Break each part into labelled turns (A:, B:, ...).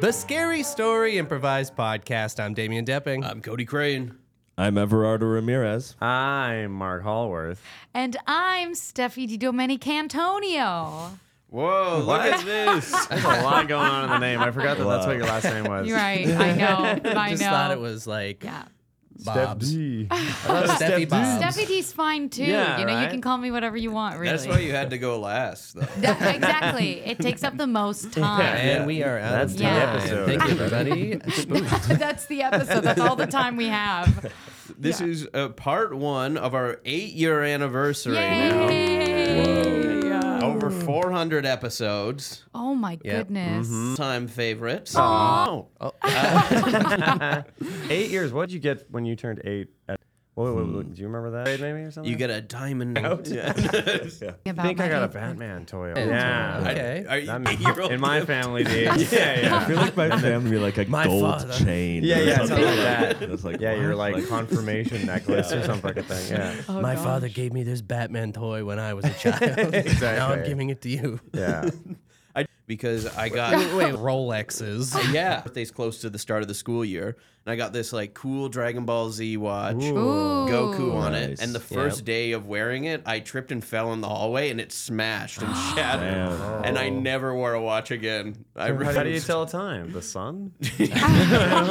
A: The Scary Story Improvised Podcast. I'm Damian Depping.
B: I'm Cody Crane.
C: I'm Everardo Ramirez.
D: I'm Mark Hallworth.
E: And I'm Steffi Di Domenic Antonio.
D: Whoa, look at this. There's a lot going on in the name. I forgot that that's what your last name was.
E: You're right. I know. I
A: just
E: know.
A: thought it was like
E: Yeah.
A: Bob's.
B: Step D.
A: Steffi Bob's.
E: Steffi D's fine too.
D: Yeah,
E: you know, you
D: right?
E: can call me whatever you want, really.
B: That's why you had to go last, though.
E: That- exactly. It takes up the most time.
A: And we are out
D: That's
A: of
E: the
A: time.
D: episode.
A: Thank you, everybody. Spooked.
E: That's the episode. That's all the time we have.
B: This is uh, part one of our eight-year anniversary
E: Yay!
B: now. Over 400 episodes.
E: Oh my goodness.
A: Mm-hmm.
B: Time favorites. Oh.
D: Eight years. What'd you get when you turned eight? At, what, what- what- do you remember that maybe or something?
B: You get a diamond. Yeah.
E: About
D: I think
E: my
D: I got a
E: eight-
D: Batman toy. Yeah.
A: toy.
D: I-
A: Okay.
B: Are you
D: I'm-
B: eight-year-old?
D: in my family, the eight. yeah,
C: I
D: yeah.
C: feel like my family like a
A: My
C: gold
A: father.
C: chain.
D: Yeah,
C: or
D: yeah,
C: something
D: something like that.
C: It's like
D: Yeah, you're
C: what?
D: like confirmation necklace or some fucking thing. Yeah.
E: Oh,
A: My
E: gosh.
A: father gave me this Batman toy when I was a child. Now I'm
D: Exactly.
A: giving it to you.
D: Yeah.
B: I- because I got
A: Wait, Rolexes.
B: yeah birthdays close to the start of the school year, and I got this like cool Dragon Ball Z watch.
E: Ooh.
B: Goku on it,
C: Nice.
B: and the first day of wearing it, I tripped and fell in the hallway, and it smashed and shattered.
C: Damn.
B: And I never wore a watch again. I
D: Oh. How do you
B: refused.
D: tell time? The sun? yeah.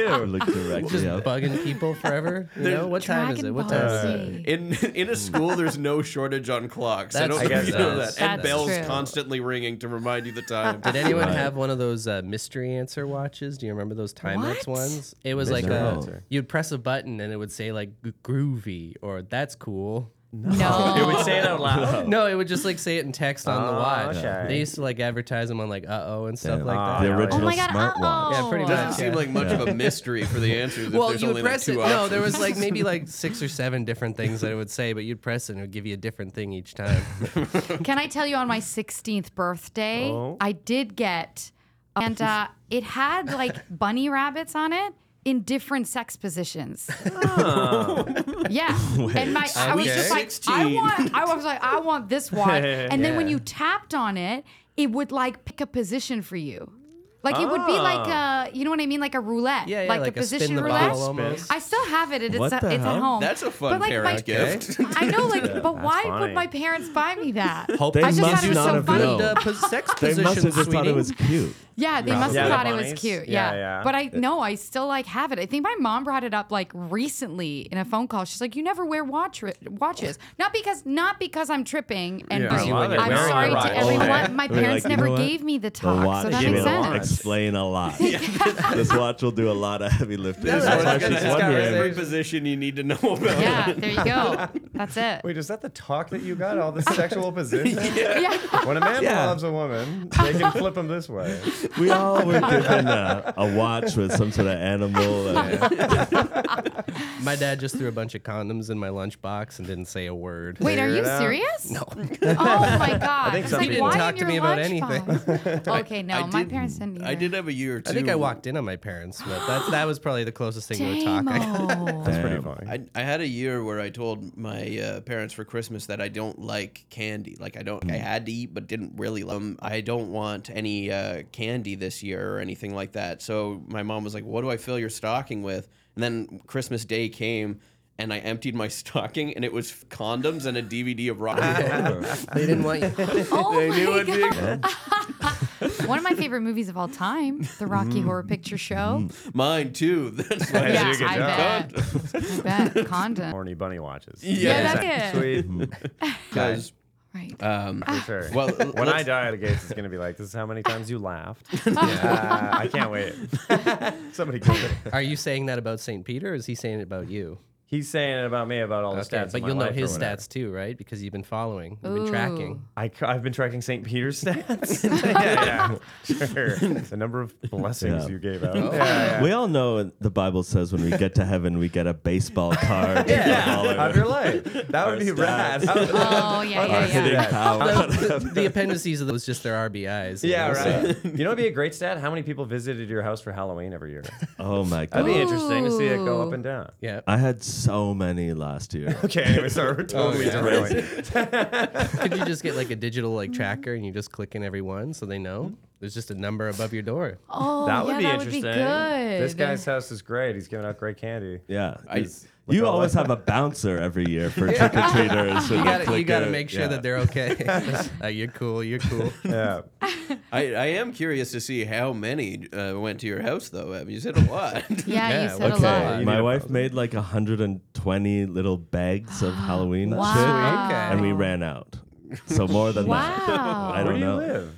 C: I look directly
A: Just
C: up.
A: bugging people forever. You know? What time is
E: Dragon
A: it? What
E: Ball
A: time is it?
E: Z.
B: In in a school, there's no shortage on clocks. I
A: That's
B: don't know if
D: true.
B: you know
A: That's
B: that. And
E: true.
B: bells
E: That's true.
B: constantly ringing to remind you the time.
A: Did anyone have one of those uh, mystery answer watches? Do you remember those time lapse
E: What?
A: ones? It was like
C: Mystery
A: a,
C: answer.
A: you'd press a button and it would say like g- groovy or that's cool.
E: No.
D: It would say it out loud.
A: No, it would just like say it in text on the
D: Oh,
A: watch.
D: okay.
A: They used to like advertise them on like uh oh and stuff
C: Damn.
A: like that.
D: yeah,
C: The
D: yeah.
C: original
E: Oh my god.
C: smartwatch.
A: Yeah, pretty
E: oh.
A: much.
B: Doesn't seem like much of a mystery for the answers. If
A: Well,
B: there's
A: you would
B: only like
A: press
B: two
A: it.
B: options.
A: No, there was like maybe like six or seven different things that it would say, but you'd press it and it would give you a different thing each time.
E: Can I tell you on my 16th birthday,
D: Oh.
E: I did get, and uh, it had like bunny rabbits on it in different sex positions. yeah, and my I was just like, I
B: 16.
E: want, I was like, I want this one, and then when you tapped on it, it would like pick a position for you. Like it would be like
C: Ah.
E: a, you know what I mean, like a roulette,
A: Yeah, yeah,
E: like,
A: like
E: a
A: a spin
E: position
A: the
E: roulette.
A: bottle almost.
E: I still have it. and It's,
C: What
E: at-
C: the
E: it's at
C: hell?
E: home.
B: That's a fun
E: but, like,
B: parent
E: my,
B: gift.
E: I know, like, but why
D: funny.
E: would my parents buy me that?
C: They
E: I just
C: must
E: thought it was
C: not
E: so
C: have
E: funny.
C: known.
A: The pos- sex
C: They
A: position,
C: must have just thought
A: sweetie.
C: it was cute.
E: Yeah, they must
D: Yeah,
E: have
D: the
E: thought it was
D: bunnies.
E: cute. Yeah.
D: Yeah, yeah.
E: But I no, I still like have it. I think my mom brought it up like recently in a phone call. She's like, "You never wear watch watches, not because not because I'm tripping, and
A: Yeah, I
E: because
A: love it.
E: I'm
A: Wearing
E: sorry
A: a
E: to
A: watch.
E: everyone. My
C: We're like,
E: parents
C: you
E: never
C: know what?
E: gave me the
C: The
E: talk,
C: watch
E: so that
C: will
E: makes sense.
C: explain a lot. this watch will do a lot of heavy lifting.
B: This
D: That's
B: one's
D: why
B: gonna
D: she's
B: ask
D: wondering.
B: every position you need to know about.
E: Yeah, there you go. That's it.
D: Wait, is that the talk that you got? All the sexual positions?
E: Yeah.
D: When a man
C: Yeah.
D: loves a woman, they can flip him this way.
C: We all were given a, a watch with some sort of animal. uh, and-
A: My dad just threw a bunch of condoms in my lunchbox and didn't say a word.
E: Wait, are
D: Figure
E: you
D: it out.
E: serious? No. Oh my god. I
D: think
E: it's
D: some
E: like,
D: people-
E: why
A: He didn't
E: in
A: talk
E: your
A: to me about
E: lunchbox? okay, no, my parents didn't. Either.
B: I did have a year or two.
A: I think I walked in on my parents, but that's that was probably the closest thing to a talk. I got.
E: Damo.
D: Pretty funny.
B: I, I had a year where I told my my uh, parents for Christmas that I don't like candy. Like I don't, I had to eat, but didn't really love 'em. I don't want any uh, candy this year or anything like that. So my mom was like, "What do I fill your stocking with?" And then Christmas Day came. And I emptied my stocking, and it was condoms and a DVD of rock and roll.
A: They didn't want you.
E: Oh
D: They
E: my
D: knew it'd be-
E: God. One of my favorite movies of all time, The
C: Mm.
E: Rocky Horror Picture Show.
B: Mine too. That's why
D: Yeah, you
E: I
D: could
E: bet. I bet. Condom.
D: Horny bunny watches.
B: Yeah,
E: that's it.
D: Sweet.
B: because
E: Right.
C: Uh,
B: um,
D: For sure.
B: well,
D: when I
B: let's-
D: die out of gates, it's gonna be like, this is how many times you laughed. Uh, I can't wait. Somebody get it.
A: Are you saying that about St. Peter or is he saying it about you?
D: He's saying it about me about all the stats. of
A: but
D: my
A: you'll know
D: life or
A: his
D: whatever.
A: stats too, right? Because you've been following, you've
E: Ooh.
A: been tracking.
D: I, have been tracking St. Peter's stats. yeah, yeah, sure. The number of blessings
C: Yeah.
D: you gave out. Yeah,
C: We all know the Bible says when we get to heaven, we get a baseball card.
D: yeah.
C: All of
D: Of your life. That would be
C: stats.
D: rad.
E: Oh, yeah,
C: our
E: yeah,
C: hitting
E: yeah.
C: power.
A: the, the appendices of those just their RBIs. you
D: Yeah,
A: know, so-
D: right. You know, it'd be a great stat. How many people visited your house for Halloween every year?
C: Oh my god!
D: That'd be interesting to see it go up
E: Ooh.
D: and down.
A: Yeah.
C: I had so many last year.
D: Okay, anyway, sorry, we're
C: Oh,
D: totally
A: yeah.
D: derailing.
A: Could you just get like a digital like tracker and you just click in every one so they know? There's just a number above your door.
E: Oh,
D: that would
E: yeah,
D: be
E: that
D: interesting.
E: Would be good.
D: This guy's house is great. He's giving out great candy.
C: Yeah.
B: I-
C: 'cause you always have a bouncer every year for trick or treaters.
A: You gotta, you gotta make sure that they're okay. Uh, you're cool. You're cool.
D: Yeah.
B: I, I am curious to see how many uh, went to your house, though. Em. You said a lot.
E: yeah,
A: Yeah,
E: you said
A: okay.
E: a lot.
D: You need
C: My
D: a
C: wife made like 120 little bags of Halloween
E: Wow.
C: shit,
A: Okay.
C: and we ran out. So more than that.
E: Wow.
C: I
D: Where do
C: don't
D: you
C: know.
D: live?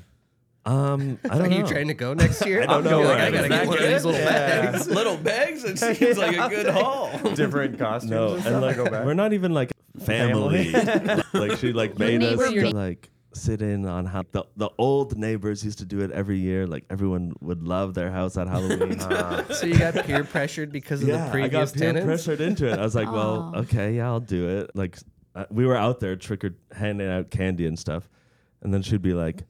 C: Um, I
A: Are
C: don't
A: you
C: know.
A: trying to go next year? I
C: don't know where
A: I
C: I'm
A: gotta
C: going.
A: get one of these little bags.
B: Little bags. It seems like a good haul.
D: Different costumes.
C: no,
D: and
C: and
D: stuff?
C: like
D: go back.
C: we're not even like family. like she like made
E: mean
C: us
E: we're
C: to, like sit in on how the, the old neighbors used to do it every year. Like everyone would love their house at Halloween.
A: So you got peer pressured because of the
C: I
A: previous
C: got peer
A: tenants.
C: pressured into it. I was like, well, okay, yeah, I'll do it. Like, uh, we were out there trick or handing out candy and stuff, and then she'd be like,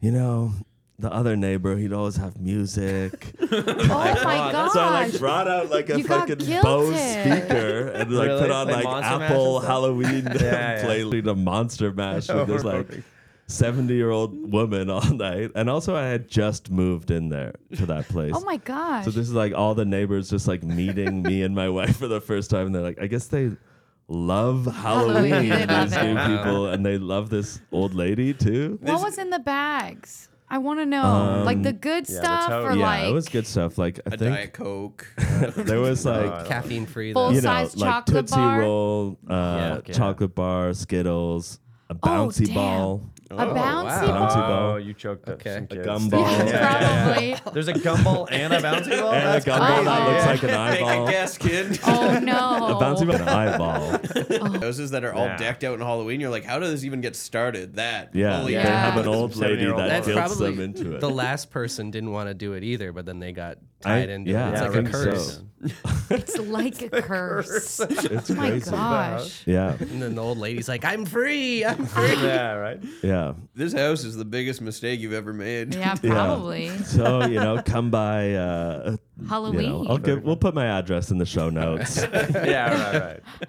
C: you know, the other neighbor, he'd always have music.
E: oh my gosh.
C: so I like brought out like a
E: You got
C: fucking Bose
E: guilted.
C: speaker and like
D: Really?
C: put on
D: Play
C: like
D: Monster Mash
C: Apple
D: and stuff?
C: Halloween
D: yeah.
C: playlist, a Monster Mash with this like. 70 year old woman all night. And also, I had just moved in there to that place.
E: oh my gosh.
C: So this is like all the neighbors just like meeting me and my wife for the first time, and they're like, I guess they love Halloween.
E: Halloween, they love
C: these
E: it.
C: new people, and they love this old lady too.
E: what was in the bags? I want to know, like the good stuff
D: how-
E: or
C: Um, yeah,
E: like
C: it was good stuff. Like I
B: A Diet
C: think
B: Coke.
C: there was
D: Oh,
C: like
A: Caffeine free
E: Full
A: though.
C: you know
E: size
C: like
E: chocolate
C: Tootsie
E: bar?
C: Roll, uh,
D: yeah.
C: chocolate bar, Skittles, a bouncy
E: Oh, damn.
C: ball,
E: a bouncy
C: wow.
E: ball.
C: Bouncy ball.
D: Oh, you choked up
A: Okay.
D: some
A: A
D: kids.
C: gumball.
D: Yeah, yeah,
E: Probably.
D: yeah. There's a gumball and a bouncy ball.
C: and a
D: That's
C: gumball that
E: crazy.
C: looks
E: Yeah.
C: like an
B: Take a
C: eyeball.
B: guess, kid.
E: Oh no.
C: A bouncy ball, and an eyeball.
B: Houses that are all
D: Yeah.
B: decked out in Halloween. You're like, how did this even get started? That.
C: Yeah,
B: Holy
C: they
E: Yeah.
C: have an
B: crap.
C: old lady
D: Seven-year-old
C: that
D: That's
C: guilts
A: probably
C: them into it.
A: the last person didn't want to do it either, but then they got tied into
C: yeah,
A: it. It's
C: I
A: like a
C: think
A: curse.
C: so.
E: It's like a curse.
C: it's
E: Oh my
C: crazy.
E: gosh.
C: Yeah,
A: And then the old lady's like, I'm free. I'm free.
D: Yeah, right.
C: yeah.
B: This house is the biggest mistake you've ever made.
E: Yeah, probably.
C: So you know, come by. Uh, you
E: Halloween.
C: know, I'll give, we'll put my address in the show notes.
D: Yeah, right, right.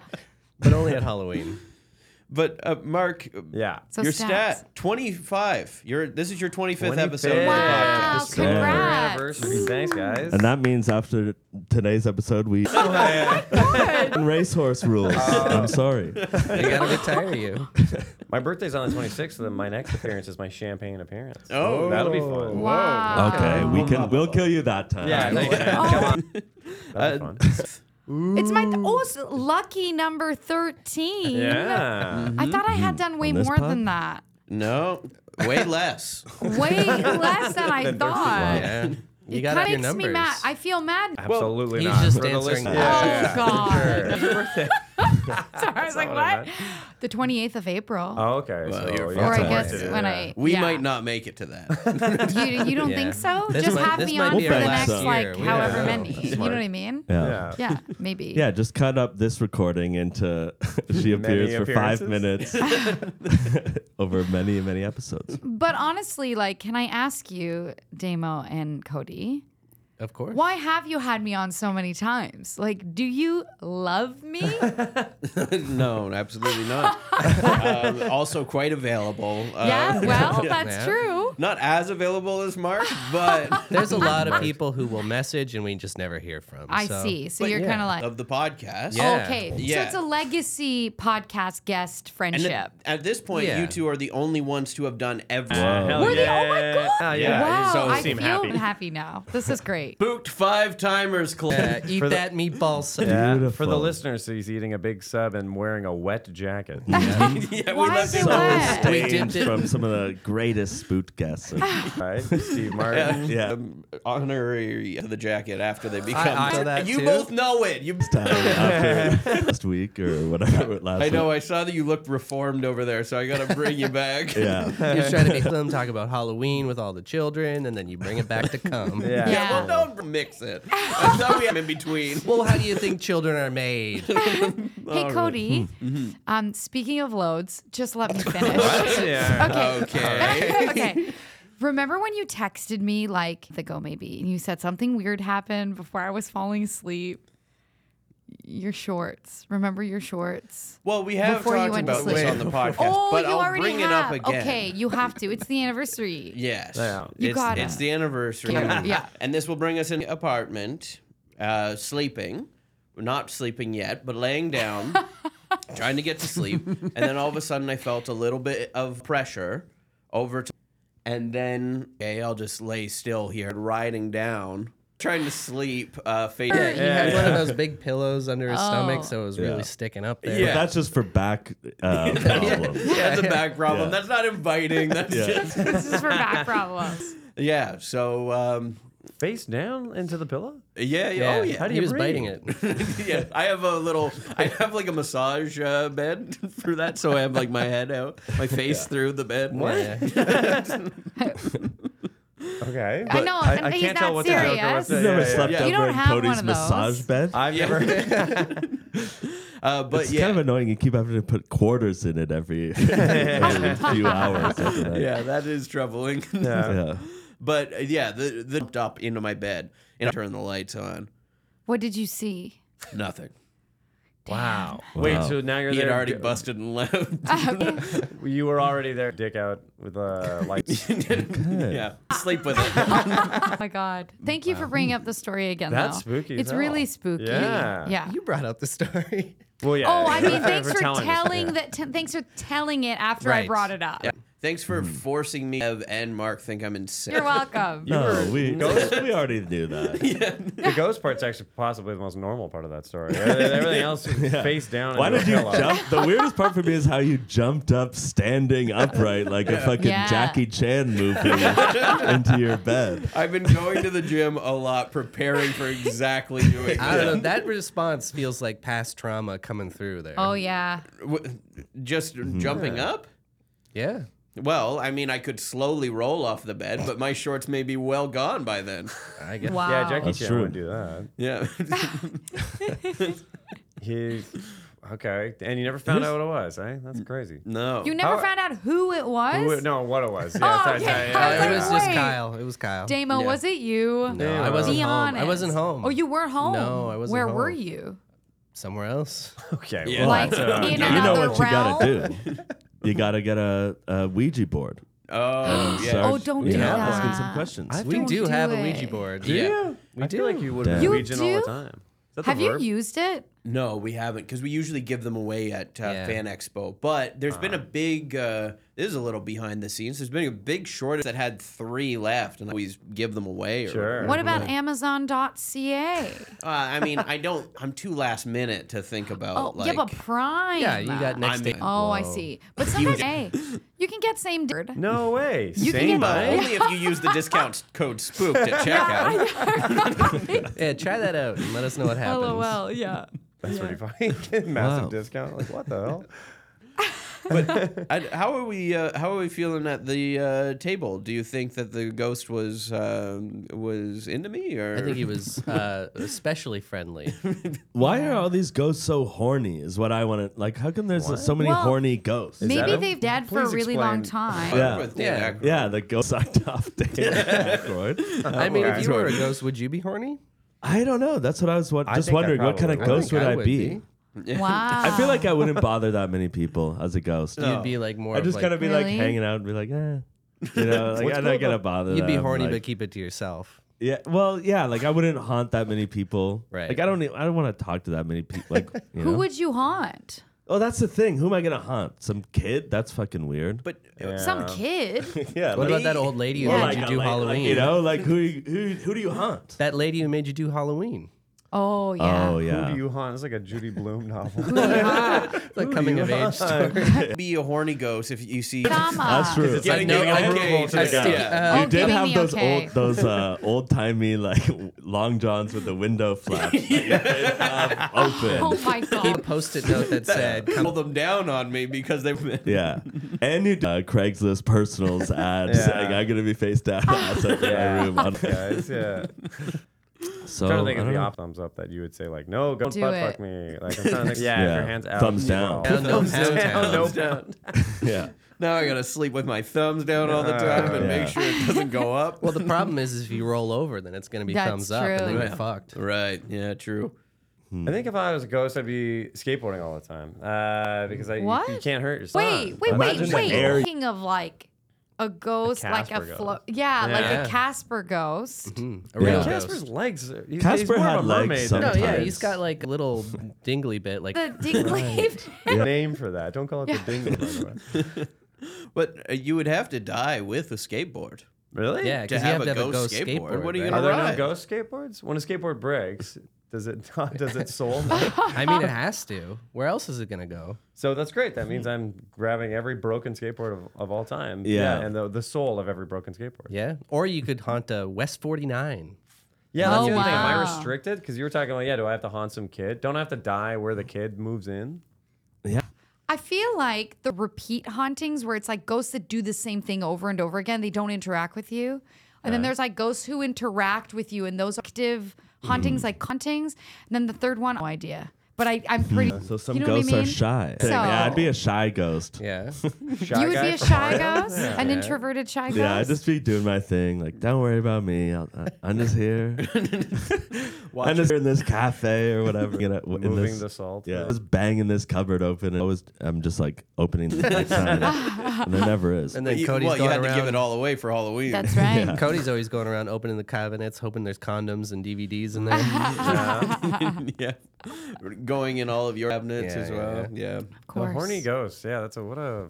A: but only at Halloween.
B: But uh, Mark,
D: Yeah.
E: So
B: your
E: stats.
B: stat 25. You're this is your 25th, episode. of the podcast.
E: Wow,
D: This is our
E: congrats.
D: anniversary. Thanks, guys.
C: and that means after today's episode, we
D: Oh,
C: racehorse rules.
D: Uh,
C: I'm sorry.
A: They gotta retire you.
D: My birthday's on the 26th, so my next appearance is my champagne appearance.
B: Oh.
D: that'll be fun. uh,
E: Wow.
C: Okay, we can. We'll kill you that time.
D: Yeah, thanks, man. come on. That'll be
B: Uh,
D: fun.
E: It's my th- oh, it's lucky number 13.
D: Yeah.
E: I thought I had done way
C: On this
E: more
C: pod?
E: than that.
B: No, way less.
E: Way less than I thought.
A: Yeah. You
E: It
A: got
E: kind
A: up
E: of
A: your
E: makes
A: numbers.
E: me mad. I feel mad.
D: Absolutely
A: he's
D: not.
A: just
D: For the
A: answering
D: listeners.
A: that.
E: oh,
D: Yeah, yeah.
E: God.
D: Birthday.
E: Sorry, I was like,
D: what I
E: what? The 28th of April.
D: Oh, okay.
B: Well,
D: so
B: you're
D: you
B: fine.
E: or
D: have
E: I
D: to
E: guess
D: wait.
E: when
D: Yeah.
E: I.
B: We
E: yeah.
B: might not make it to that.
E: You, you don't
A: Yeah.
E: think so?
A: This
E: Just
A: might-
E: have
A: this
E: me
A: might
E: on
C: be
E: for the
C: our
E: next,
C: last year.
E: like,
A: We
E: however
A: don't know.
E: many. You know what I mean?
C: Yeah. yeah.
D: Yeah.
E: Yeah, maybe.
C: just cut up this recording into she appears for five minutes
D: appearances?
C: over many, many episodes.
E: But honestly, like, can I ask you, Damo and Cody,
A: Of course.
E: Why have you had me on so many times? Like, do you love me?
B: no, absolutely not. um, also, quite available.
E: yeah,
B: Uh,
E: well, that's
A: Yeah.
E: true.
B: not as available as Mark, but
A: There's a lot of people who will message and we just never hear from.
E: I
A: so-
E: see. So you're kind of like,
B: of the podcast.
A: Yeah.
E: okay.
B: Yeah.
E: So it's a legacy podcast guest
B: And
E: friendship.
B: at, at this point,
A: Yeah. Uh,
B: you two are the only ones to have done everything.
D: Hell
E: Were they-
D: yeah.
E: oh my God.
D: Hell yeah.
E: wow,
D: So
E: I
D: seem
E: feel
D: happy.
E: happy. now. This is great.
B: Booked five timers club.
A: Uh, eat
D: For the-
A: that meatball sub.
D: Yeah, For the
C: Beautiful.
D: listeners, he's eating a big sub and wearing a wet jacket.
B: yeah, we
E: Why
B: left
E: is it
B: it all
E: wet?
A: We did
C: Changed
A: it.
C: from some of the greatest spoot guests. of-
D: right? Steve Martin.
C: yeah.
B: Um, honorary to the jacket after they become.
A: I saw that
B: you
A: too.
B: both know it. You.
C: After last week or whatever. Last
B: I know.
C: Week.
B: I saw that you looked reformed over there, so I gotta bring you back.
C: Yeah.
A: He was trying to make them talk about Halloween with all the children, and then you bring it back to cum.
D: Yeah.
E: Yeah.
B: Well, don't mix it. I thought we had in between.
A: Well, how do you think children are made?
E: Hey, Cody. Um, speaking of loads, just let me finish.
D: Yeah.
E: okay.
B: Okay.
E: okay. Remember when you texted me like the go maybe and you said something weird happened before I was falling asleep? Your shorts. Remember your shorts?
B: Well, we have
E: Before you
B: talked
E: went to
B: about this
E: sleep.
B: on the podcast,
E: oh,
B: but
E: you
B: I'll
E: already
B: bring
E: have.
B: it up again.
E: Okay, you have to. It's the anniversary.
B: Yes.
D: Yeah.
E: You
B: it's,
E: gotta.
B: it's the anniversary.
E: Yeah. Yeah.
B: And this will bring us in the apartment, uh, sleeping. We're not sleeping yet, but laying down, trying to get to sleep. And then all of a sudden, I felt a little bit of pressure over to. And then, okay, I'll just lay still here, riding down, trying to sleep. Uh, face-
A: He had one of those big pillows under his stomach,
E: Oh.
A: so it was really sticking up there.
C: But
B: Yeah.
C: that's just for back uh, problems.
B: That's a back problem.
C: Yeah.
B: That's not inviting. That's
C: Yeah.
B: just
E: This is for back problems.
B: yeah. So um,
D: Face down into the pillow?
B: yeah, yeah. Oh yeah.
D: How do
A: he
D: you
A: was
D: breathe?
A: biting it.
B: yeah, I have a little. I have like a massage uh, bed for that, so I have like my head out, my face through the bed. What?
A: Yeah.
D: Okay.
E: I know,
D: I,
E: and
D: I
E: he's
D: can't
E: not
D: tell what's a joke or
E: serious.
D: what's
C: You've
D: a-
C: never
D: yeah, yeah,
C: slept
D: yeah.
E: You don't
C: over in
E: have one
C: Cody's
E: of those.
C: massage bed.
D: I've never.
B: Uh, but
C: it's
B: yeah,
C: kind of annoying. You keep having to put quarters in it every, every few hours. after that.
B: yeah, that is troubling.
C: Yeah.
B: But uh, yeah, the the jumped up into my bed and I turned the lights on.
E: What did you see?
B: Nothing.
D: wow. Wait, so now you're
B: He
D: there.
B: had already busted and left.
D: You were already there, dick out with uh, lights.
B: yeah, sleep with it.
E: Oh my god! Thank you for bringing up the story again.
D: That's
E: though.
D: spooky as
E: It's
D: hell.
E: really spooky.
D: Yeah.
E: Yeah.
A: You brought up the story.
D: well, yeah.
E: Oh, I mean, thanks for
D: telling
E: telling,
D: us. Yeah.
E: that. T- thanks for telling it after I
A: Right.
E: brought it up.
B: Yeah. Thanks for forcing me. Ev and Mark think I'm insane.
E: You're welcome.
C: No, we, we already knew that.
D: The ghost part's actually possibly the most normal part of that story. Everything else, face down.
C: Why
D: into
C: did
D: a
C: you
D: pillow.
C: jump? The weirdest part for me is how you jumped up, standing upright like a fucking
E: Yeah.
C: Jackie Chan movie into your bed.
B: I've been going to the gym a lot, preparing for exactly doing.
A: I don't
B: that.
A: know. That response feels like past trauma coming through there.
E: Oh yeah.
B: W- Just jumping up.
A: yeah.
B: Well, I mean, I could slowly roll off the bed, but my shorts may be well gone by then.
A: I guess.
E: Wow.
D: Yeah, Jackie
C: That's
D: Chan
C: true.
D: would do that.
B: Yeah.
D: He, okay, and you never found out what it was, eh? That's crazy.
B: no.
E: You never
D: How-
E: found out who it was.
D: Who- no, what it was? Yeah,
E: Oh,
D: sorry, sorry, yeah,
E: okay. I was
A: Uh,
D: yeah,
A: it
E: like,
A: was
D: yeah.
A: just
E: wait.
A: Kyle. It was Kyle.
E: Damo, was it you?
A: No, I wasn't
E: Be
A: home.
E: honest.
A: I wasn't home.
E: Oh, you weren't home.
A: No, I wasn't
E: Where were
A: home.
E: you?
A: somewhere else?
D: okay.
B: Yeah.
D: Well,
E: Like,
D: that's, uh,
E: in
C: You
E: another
C: know what you gotta
E: realm?
C: do. You gotta get a, a Ouija board.
B: Oh, yeah.
C: Start,
E: Oh, don't
C: you
E: do
C: know,
E: that.
C: Asking some questions.
D: I-
A: We
E: Don't
A: do
E: do
A: have a
E: it.
A: Ouija board.
B: Yeah.
D: I feel like you would
C: Damn.
E: You
D: region all the
E: do?
D: time. Is that the
E: Have you
D: verb?
E: used it?
B: No, we haven't because we usually give them away at uh,
A: Yeah.
B: Fan Expo. But there's been a
D: Uh-huh.
B: big, uh, this is a little behind the scenes. There's been a big shortage that had three left, and I always give them away. Or,
D: Sure.
E: What about Amazon.ca?
B: Uh, I mean, I don't, I'm too last minute to think about.
E: Oh,
B: like,
E: yeah, but Prime.
A: Yeah, you got next
B: I'm
A: day.
B: in.
E: Oh, I see. But sometimes, hey, you can get same dirt.
D: No way.
E: You can
D: Same
E: get
B: But
D: way.
B: only if you use the discount code spooked at checkout.
A: Yeah, try that out and let us know what happens.
E: LOL. Yeah.
D: That's pretty funny. Massive discount. Like what the hell?
B: But I, how are we? Uh, how are we feeling at the uh, table? Do you think that the ghost was um, was into me, or
A: I think he was uh, especially friendly.
C: Oh, Why are all these ghosts so horny? Is what I want to like. How come there's so many
E: Well,
C: horny ghosts?
D: that
E: Maybe
D: him?
E: they've dead for a
D: Please
E: really long
D: explain.
E: time.
C: yeah,
B: With Dan
A: Yeah.
B: Aykroyd.
C: yeah, the ghost sucked off David Aykroyd.
A: I mean, if you
B: Aykroyd.
A: were a ghost, would you be horny?
C: I don't know. That's what I was wa-
D: I
C: just
D: think I
C: wondering. What
D: probably
C: kind of
D: would. I
C: ghost
A: think
C: would
A: I
C: I
A: would
C: be?
A: be.
E: Wow.
C: I feel like I wouldn't bother that many people as a ghost.
A: You'd be like more.
C: Oh. I just
A: of,
C: kind
A: like,
C: of be
E: Really?
C: like hanging out and be like, eh, you know, like
D: What's
C: I'm
D: cool
C: not gonna
D: about-
C: bother.
A: You'd be
C: them,
A: horny,
C: like-
A: but keep it to yourself.
C: Yeah, well, yeah, like I wouldn't haunt that many people.
A: Right.
C: Like I don't, e- I don't want to talk to that many people. Like, you
E: Who
C: know?
E: would you haunt?
C: Oh, that's the thing. Who am I gonna haunt? Some kid? That's fucking weird.
B: But
E: Some kid.
C: yeah.
A: What
C: like-
A: about that old lady who
C: or
A: made
C: like
A: you
C: a
A: do
C: la- like,
A: Halloween?
C: you know, like who, who, who do you haunt?
A: That lady who made you do Halloween.
E: Oh yeah.
C: Oh yeah.
D: Who do you haunt? It's like a Judy Bloom novel.
A: It's like coming of age story.
B: be a horny ghost if you see.
E: Come on.
C: that's true.
D: like
A: I know,
D: giving
A: I
D: approval
A: can't-
D: to the
A: I stick-
E: guy.
A: uh,
E: Oh,
C: you did
E: giving
C: have
E: me
C: those
E: okay.
C: old those uh, old timey like long johns with the window flaps like,
E: Oh
C: open.
E: my
A: Keep
E: god.
A: a post-it note that said,
B: Pull them down on me because they.
C: Yeah, and you uh, Craigslist personals ad saying I'm gonna be face down outside my
D: Yeah.
C: room. On,
D: guys, yeah.
C: so
D: I'm trying to think
C: I don't
D: of the
C: know.
D: op thumbs up that you would say like, no, go
E: Do
D: butt
E: it.
D: fuck me. Like I'm trying to, yeah, if
C: Yeah.
D: your hands out.
C: Thumbs
D: you
C: down.
D: know.
A: "Down, down,
B: Thumbs
A: down."
B: down. down.
C: Yeah,
B: Now I gotta sleep with my thumbs down all the time and
C: Yeah.
B: make sure it doesn't go up.
A: Well, the problem is, is if you roll over, then it's going to be
E: That's
A: thumbs up, and
E: true.
A: then
B: Yeah.
A: you're fucked.
B: right. Yeah. True.
D: I think if I was a ghost, I'd be skateboarding all the time uh, because I you-
E: What?
D: You, can't hurt yourself.
E: Wait, wait,
C: Imagine
E: wait,
C: the
E: wait.
C: air-
E: Thinking of like a ghost, like a
D: Casper
E: float.
D: ghost.
E: Yeah, like
A: Yeah.
E: a Casper ghost.
A: A real
C: Yeah.
A: ghost.
D: Casper's legs. are- He's, he's
C: Casper
D: more
C: had
D: of a
C: legs
D: mermaid. than-
C: some-
A: No, yeah, he's
C: Sometimes.
A: got like a little dingly bit, like
E: The dingleaved.
D: Name for that. Don't call it the dingle. By the way.
B: But uh, you would have to die with a skateboard.
D: Really?
A: yeah,
B: To
A: because you have to have a
B: ghost
A: ghost
B: skateboard,
A: skateboard.
B: what are you
A: right?
D: Are there no
B: Alright.
D: ghost skateboards? When a skateboard breaks, does it does it soul?
A: I mean, it has to. Where else is it going to go?
D: so that's great. That means
E: Mm-hmm.
D: I'm grabbing every broken skateboard of, of all time.
C: Yeah.
D: and the, the soul of every broken skateboard.
A: Yeah, or you could haunt a West Forty Nine.
D: Yeah, that's
E: Oh,
D: the other thing. Am I
E: wow.
D: restricted? Because you were talking about, yeah, do I have to haunt some kid? Don't I have to die where the kid moves in?
E: I feel like the repeat hauntings where it's like ghosts that do the same thing over and over again, they don't interact with you. And then there's like ghosts who interact with you and those active
C: Mm-hmm.
E: hauntings, like hauntings. And then the third one, no idea. But I, I'm pretty.
C: so some
E: you know
C: ghosts
E: what I mean?
C: are shy.
E: So-
C: Yeah, I'd be a shy ghost.
A: Yeah,
D: Shy
E: you would
D: guy
E: be a
D: from
E: shy
D: Mario?
E: ghost, an introverted shy ghost.
C: Yeah, I'd just be doing my thing. Like, don't worry about me. I'll, I, I'm just here. I'm just here in this cafe or whatever. You know, w- in
D: Moving
C: this-
D: the salt.
C: Yeah, just banging this cupboard open. And always, I'm just like opening the next time, and there never is.
A: and
B: But
A: then
B: you,
A: Cody's
B: well, you
A: going
B: had
A: around.
B: to give it all away for Halloween.
E: That's right.
A: Cody's always going around opening the cabinets, hoping there's condoms and DVDs in there.
B: yeah. Going in all of your cabinets
A: Yeah,
B: as
A: yeah,
B: well. Yeah.
E: Of
D: The
E: course.
D: horny ghost. Yeah, that's a what a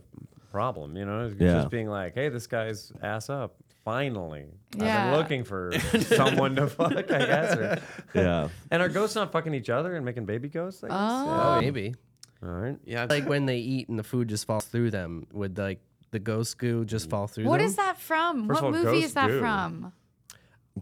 D: problem. You know, It's
C: Yeah.
D: just being like, hey, this guy's ass up. Finally, I've
E: Yeah.
D: been looking for someone to fuck. I guess. Or,
C: Yeah,
D: and are ghosts not fucking each other and making baby ghosts? I guess?
A: Oh, maybe.
D: Yeah. All right.
B: Yeah.
A: Like when they eat and the food just falls through them. Would like the ghost goo just fall through?
E: What
A: them?
E: is that from?
D: First of
E: what
D: all,
E: movie is
D: ghosts
E: that
D: do.
E: from?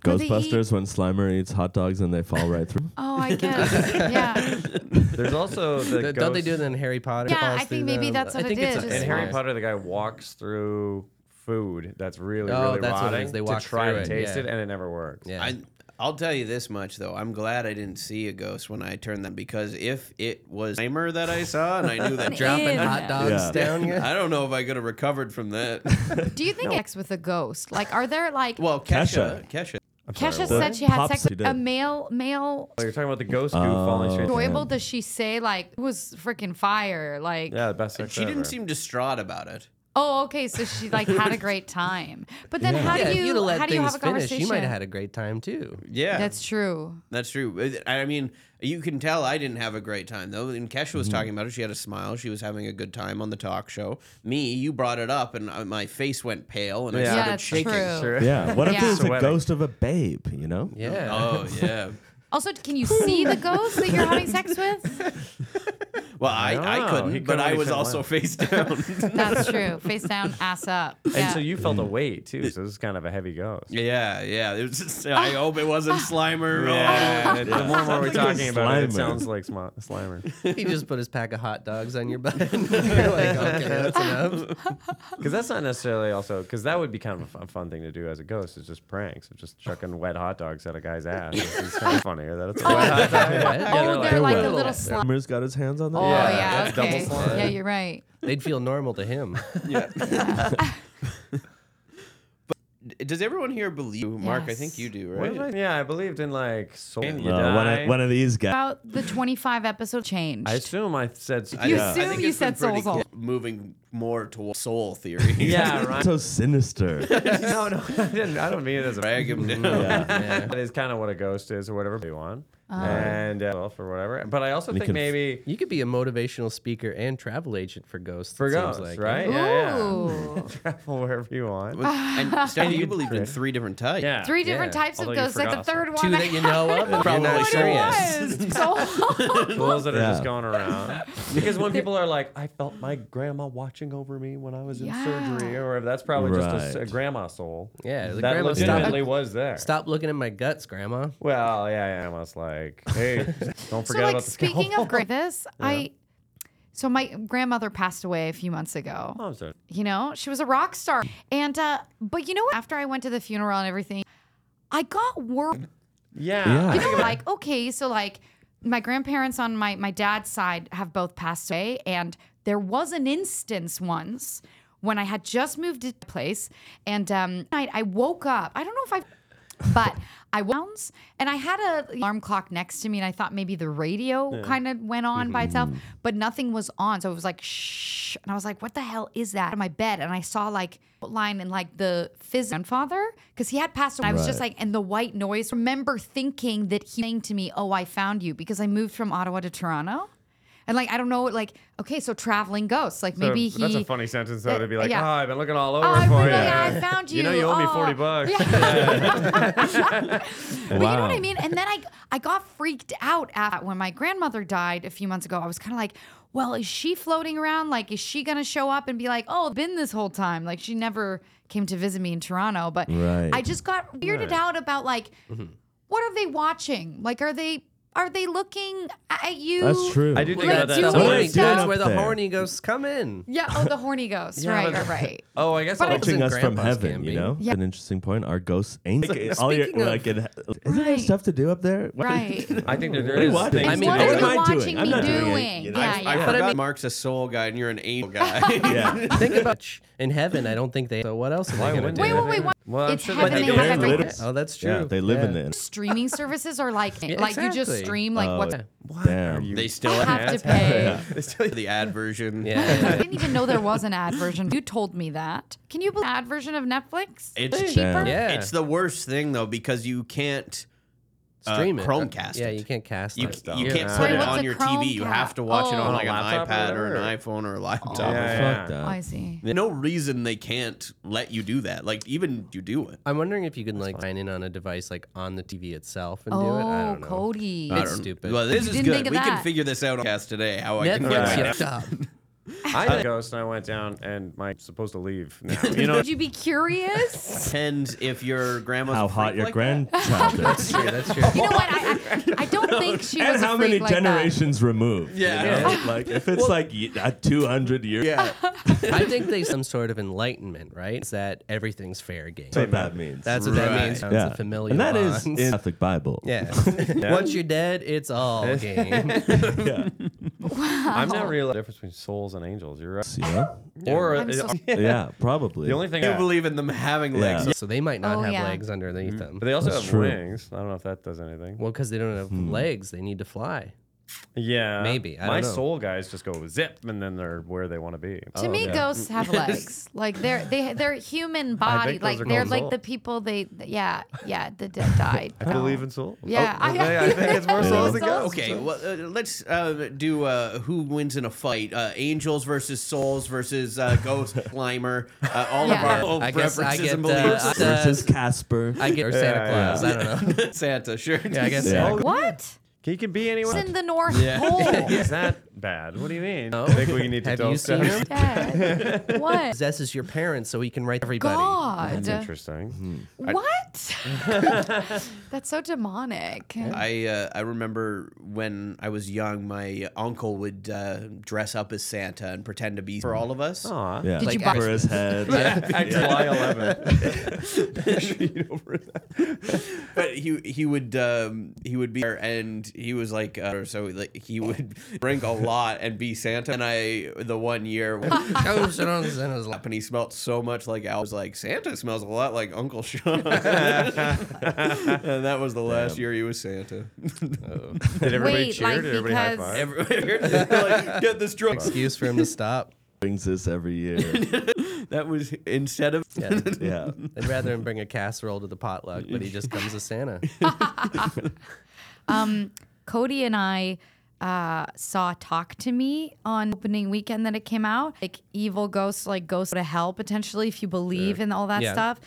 E: they eat-
C: Ghostbusters when Slimer eats hot dogs and they fall right through.
E: Oh, I guess. yeah.
D: There's also
A: Th-
D: the ghost,
A: Don't they do that in Harry Potter?
E: Yeah,
A: Falls
E: I think
A: through
E: maybe
A: them?
E: that's what
A: I
E: it
A: think
E: is,
A: It's
E: just
D: In
A: a-
D: Harry
E: Yeah.
D: Potter, the guy walks through food that's really,
A: Oh,
D: really
A: that's what it
D: rotting
A: is. They walk
D: to try
A: through
D: to
A: it,
D: taste
A: yeah.
D: it, and it never works.
A: Yeah.
B: I, I'll tell you this much though. I'm glad I didn't see a ghost when I turned them because if it was timer that I saw and I knew that
A: dropping
E: in.
A: hot dogs
C: Yeah.
A: down you.
B: I don't know if I could have recovered from that.
E: Do you think sex with a ghost? Like, are there like?
B: Well, Kesha, Kesha,
E: Kesha
C: what?
E: said she had
C: Pops
E: sex
C: she
E: with
C: did.
E: a male male.
D: Oh, you're talking about the ghost goo falling
C: Oh.
D: straight. through.
E: Enjoyable? Does she say like it was freaking fire? Like,
D: Yeah, the best sex
B: she
D: ever.
B: didn't seem distraught about it.
E: oh, okay, so she like had a great time. But then how
A: yeah,
E: do
A: if
E: you
A: you'd have let
E: how do you
A: things
E: have a
A: finish,
E: conversation?
A: you might have had a great time too.
B: Yeah,
E: That's true.
B: That's true. It- I mean, you can tell I didn't have a great time though. And Kesha was talking about it. She had a smile. She was having a good time on the talk show. Me, you brought it up, and uh, my face went pale, and I
E: Yeah,
B: started
E: that's
B: shaking.
E: true.
C: Yeah, what if
E: Yeah.
C: there's a
D: Sweating.
C: ghost of a babe? You know?
A: Yeah.
B: Oh yeah.
E: Also, can you see the ghost that you're having sex with?
B: Well, I, I
D: Oh, he
B: couldn't,
D: couldn't
B: but I
D: really
B: was
D: turn
B: also
D: left.
B: face down.
E: That's true. Face down, ass up. Yeah.
D: And so you felt a weight too, so this is kind of a heavy ghost.
B: yeah, yeah. It was just, I hope it wasn't Slimer.
D: Yeah, and the more and more we're
C: Sounds like a
D: talking about it,
C: Slimer.
D: it sounds like sm- Slimer.
A: He just put his pack of hot dogs on your butt. You're like, okay, that's enough.
D: Because that's not necessarily also because that would be kind of a fun, fun thing to do as a ghost is just pranks of just chucking wet hot dogs at a guy's ass. It's, it's kind of funnier that it's a wet hot dog.
A: Yeah,
E: oh,
A: no,
E: they're like
C: were.
E: a little slime.
C: Slimer's got his hands on that.
E: Oh
D: Yeah,
E: yeah,
D: it's double
E: okay.
D: slime.
E: Yeah, you're right.
A: They'd feel normal to him.
B: Oh. Does everyone here believe Mark? I
E: Yes.
B: think you do,
D: What
B: right?
D: did I- yeah, I believed in like soul. You
C: Uh, one,
D: die.
C: of, one of these guys.
E: About the 25 episode change.
D: I assume I said.
B: I-
E: You
B: I
E: assume
B: think
E: you
B: it's been
E: said
B: pretty
E: soul's
B: cl- Moving more towards soul theory.
D: yeah, right.
C: So sinister.
D: no, no, I, didn't, I don't mean it as a
B: Drag him down.
D: That is kind of what a ghost is, or whatever you want, and uh, well, or whatever. But I also
C: You
D: think
C: can-
D: maybe
A: You could be a motivational speaker and travel agent for ghosts.
D: for
A: it seems
D: ghosts,
A: like.
D: right? Yeah, yeah.
E: Ooh.
D: Travel wherever you want.
B: And Stephanie, you believed in three different types.
D: Yeah,
E: Three different
D: yeah.
E: types of
D: Although you
E: ghosts. Like the
D: forgot
E: third
A: Two
E: one.
A: that you know of, and you're
B: Probably
A: not
B: what it
A: serious.
E: was. So
D: some. Fools that are just
C: Yeah.
D: going around. Because when people are like, "I felt my grandma watching over me when I was in
E: Yeah.
D: surgery," or that's probably just a s- a,
C: Right.
D: grandma soul.
A: Yeah, the
D: that
A: grandma- stop it.
D: legitimately was there.
A: Stop looking at my guts, Grandma.
D: Well, yeah, yeah, I was like, "Hey, don't forget
E: So like
D: about the scalpel."
E: speaking of gra- this, I so my grandmother passed away a few months ago.
D: Oh, I'm sorry.
E: You know, she was a rock star. And uh but you know what? After I went to the funeral and everything, I got worried.
D: Yeah.
E: You know, like okay, so like my grandparents on my my dad's side have both passed away, and there was an instance once when I had just moved to place, and um, night I woke up. I don't know if I, but I wounds and I had a alarm clock next to me, and I thought maybe the radio kind of went on by itself,
D: Mm-hmm.
E: but nothing was on, so it was like shh, and I was like, what the hell is that? In my bed, and I saw like line and like the phys grandfather because he had passed away. I was just
C: Right.
E: like like and the white noise. Remember thinking that he saying to me, "Oh, I found you," because I moved from Ottawa to Toronto, and like I don't know, like okay, so traveling ghosts, like maybe
D: So
E: he.
D: That's a funny sentence though
E: Yeah,
D: to be like,
E: yeah.
D: "Oh, I've been looking all
E: Oh,
D: over
E: I
D: for
E: really,
D: you.
E: I found you.
D: You know, you owe me
E: Oh.
D: forty bucks."
E: But you know what
C: Wow.
E: I mean? And then I I got freaked out at when my grandmother died a few months ago. I was kind of like, well, is she floating around? Like, is she gonna show up and be like, oh, been this whole time? Like, she never came to visit me in Toronto. But
C: Right.
E: I just got weirded out about like,
D: Mm-hmm.
E: what are they watching? Like, are they are they looking at you?
C: That's true.
D: I do think
E: Like,
D: about that.
E: do you
C: What are
A: Horny
C: they doing
A: ghosts,
C: up
A: where the
C: there?
A: horny ghosts come in.
E: Yeah. Oh, the horny ghost.
D: Yeah,
E: right.
D: but-
E: Right. Right.
D: Oh, I guess
E: But
D: I'll
E: I
D: look
E: just-
C: watching us from
A: Grandpa's
C: heaven,
A: camping.
C: you know?
E: Yeah.
C: An interesting point. Are ghosts angels? All your,
A: Speaking of-
C: like, it, isn't there
E: Right.
C: stuff to do up there? What-
E: Right.
D: I think there
C: What are you
D: is
C: watching?
D: things
A: I mean,
D: to
A: what are
D: do.
A: you
C: What am I doing?
E: watching
C: I'm
E: me
C: not doing it,
E: doing?
C: you know?
E: Yeah.
B: I
E: Yeah.
B: forgot Mark's a soul guy and you're an angel guy.
C: Yeah.
A: Think about in heaven. I don't think they. So what else are they gonna
D: wouldn't
A: do?
E: Wait, wait, wait. What?
D: Well, I'm
E: it's
D: sure
E: heaven.
D: they
E: They
D: do.
E: have
C: They're
E: everything.
C: literally-
A: Oh, that's true.
C: Yeah, they live in
A: Yeah.
C: it.
E: Streaming services are like like you just
A: exactly.
E: stream like what's
D: What
C: Damn.
D: are you-
B: they still
E: I have to pay.
B: They still the ad version.
A: Yeah.
E: I didn't even know there was an ad version. You told me that. Can you believe ad version of Netflix?
B: It's
C: Damn.
A: Yeah.
B: It's the worst thing though because you can't uh,
A: stream it.
B: Chromecast.
A: Yeah,
B: it.
A: you can't cast
B: You,
A: that stuff.
B: you can't
D: Yeah.
B: put
D: Wait,
B: it
E: what's
B: on
E: a
B: your TV. You
E: Chromecast?
B: have to watch it
E: Oh.
B: on
E: On a
B: like an
D: laptop or
B: iPad or an
D: whatever.
B: iPhone or a laptop.
D: Yeah,
C: Fuck
D: yeah.
C: that.
E: I see.
B: No reason they can't let you do that. Like even you do it.
A: I'm wondering if you can like sign in on a device like on the TV itself and do it. I
E: Oh,
A: don't know.
E: Cody.
B: I
A: It's
B: don't-
A: stupid.
B: Well, this is
E: didn't
B: good.
E: think
B: We
E: of
B: can
E: that.
B: figure this out on cast today. How I can
A: Netflix,
B: get
A: you
B: my
A: stop.
D: I had a ghost and I went down and my supposed to leave now. You know,
E: Would you be curious?
B: depends if your grandma's
C: How
B: a
C: hot
B: freak
C: your
B: like that.
C: grandchild is.
A: Yeah, that's true.
E: you know what? I, I, I don't think she
C: and
E: was a
C: how
E: freak
C: many
E: like
C: generations removed? you
B: Yeah.
C: know? like, if it's like y- uh, 200 years,
B: Yeah.
A: I think they some sort of enlightenment, right? It's that everything's fair game.
C: that's what that means.
A: That's what that means.
B: Right.
A: Sounds a familiar
C: and that is
A: bond.
C: in Catholic Bible.
A: yeah. Once you're dead, it's all game.
C: yeah.
D: I'm not real the difference between souls and angels. You're right.
C: You know?
D: Or
E: I'm so-
C: yeah, probably.
D: the only thing
B: You believe in them having legs.
A: So they might not
E: Oh,
A: have
E: yeah.
A: legs underneath them.
D: but they also
C: That's
D: have
C: true.
D: wings. I don't know if that does anything.
A: Well, because they don't have legs, they need to fly.
D: yeah,
A: maybe. I
D: my
A: don't know.
D: soul guys just go zip and then they're where they want to be. Oh,
E: that. To me, ghosts have legs. Like they're they they're human
D: I
E: body.
D: think those
E: Like
D: are
E: they're
D: called
E: like
D: souls.
E: the people they yeah yeah the dead died.
D: I believe in souls.
E: Yeah,
D: Oh,
E: I-
D: okay, I, think it's more
E: Yeah.
D: souls than
E: Souls.
D: ghosts.
B: Okay, well, uh, let's uh, do uh, who wins in a fight: uh, angels versus souls versus uh, ghost climber. Uh, all
E: Yeah.
B: of our old
A: I guess
B: preferences
A: I get
B: and
A: the
B: beliefs.
C: versus Casper.
A: I get or Santa Claus. I don't know.
B: Santa, sure.
A: Yeah, I guess
C: Yeah.
A: Santa
E: What?
D: He can be
E: It's
D: anyone.
E: in the North Pole.
D: Is that bad. What do you mean? I think we need
A: Oh.
D: to
A: Have
D: tell
A: you seen
D: stuff.
A: him?
E: Dad, what?
A: Possesses your parents so he can write everybody.
D: That's
E: God.
D: interesting.
E: What? That's so demonic.
B: I uh, I remember when I was young, my uncle would uh, dress up as Santa and pretend to be for all of us. Oh.
D: Aw.
C: Yeah.
E: Did
C: like
E: you buy-
C: over his head.
D: Act July 11th.
B: But he he would um, he would be there, and he was like uh, so like he would drink a lot and be Santa. And I the one year
A: Shows it on Santa's lap.
B: up and he smelled so much like Al. I was like, Santa smells a lot like Uncle Sean. and that was the last year he was Santa.
D: Did everybody
E: Wait,
D: cheer?
E: like,
D: Did everybody high
E: because-
D: five?
B: like, get this drunk.
A: Excuse for him to stop.
C: brings this every year.
B: That was instead of
A: Yeah.
C: Yeah.
A: I'd rather him bring a casserole to the potluck, but he just comes as Santa.
E: Cody and I uh, saw Talk to Me on opening weekend that it came out. Like evil ghosts, like ghosts to hell potentially if you believe in all that
A: Yeah.
E: stuff.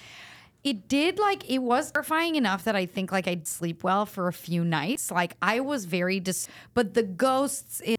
E: It did like it was terrifying enough that I think like I'd sleep well for a few nights. Like I was very dis, but the ghosts in,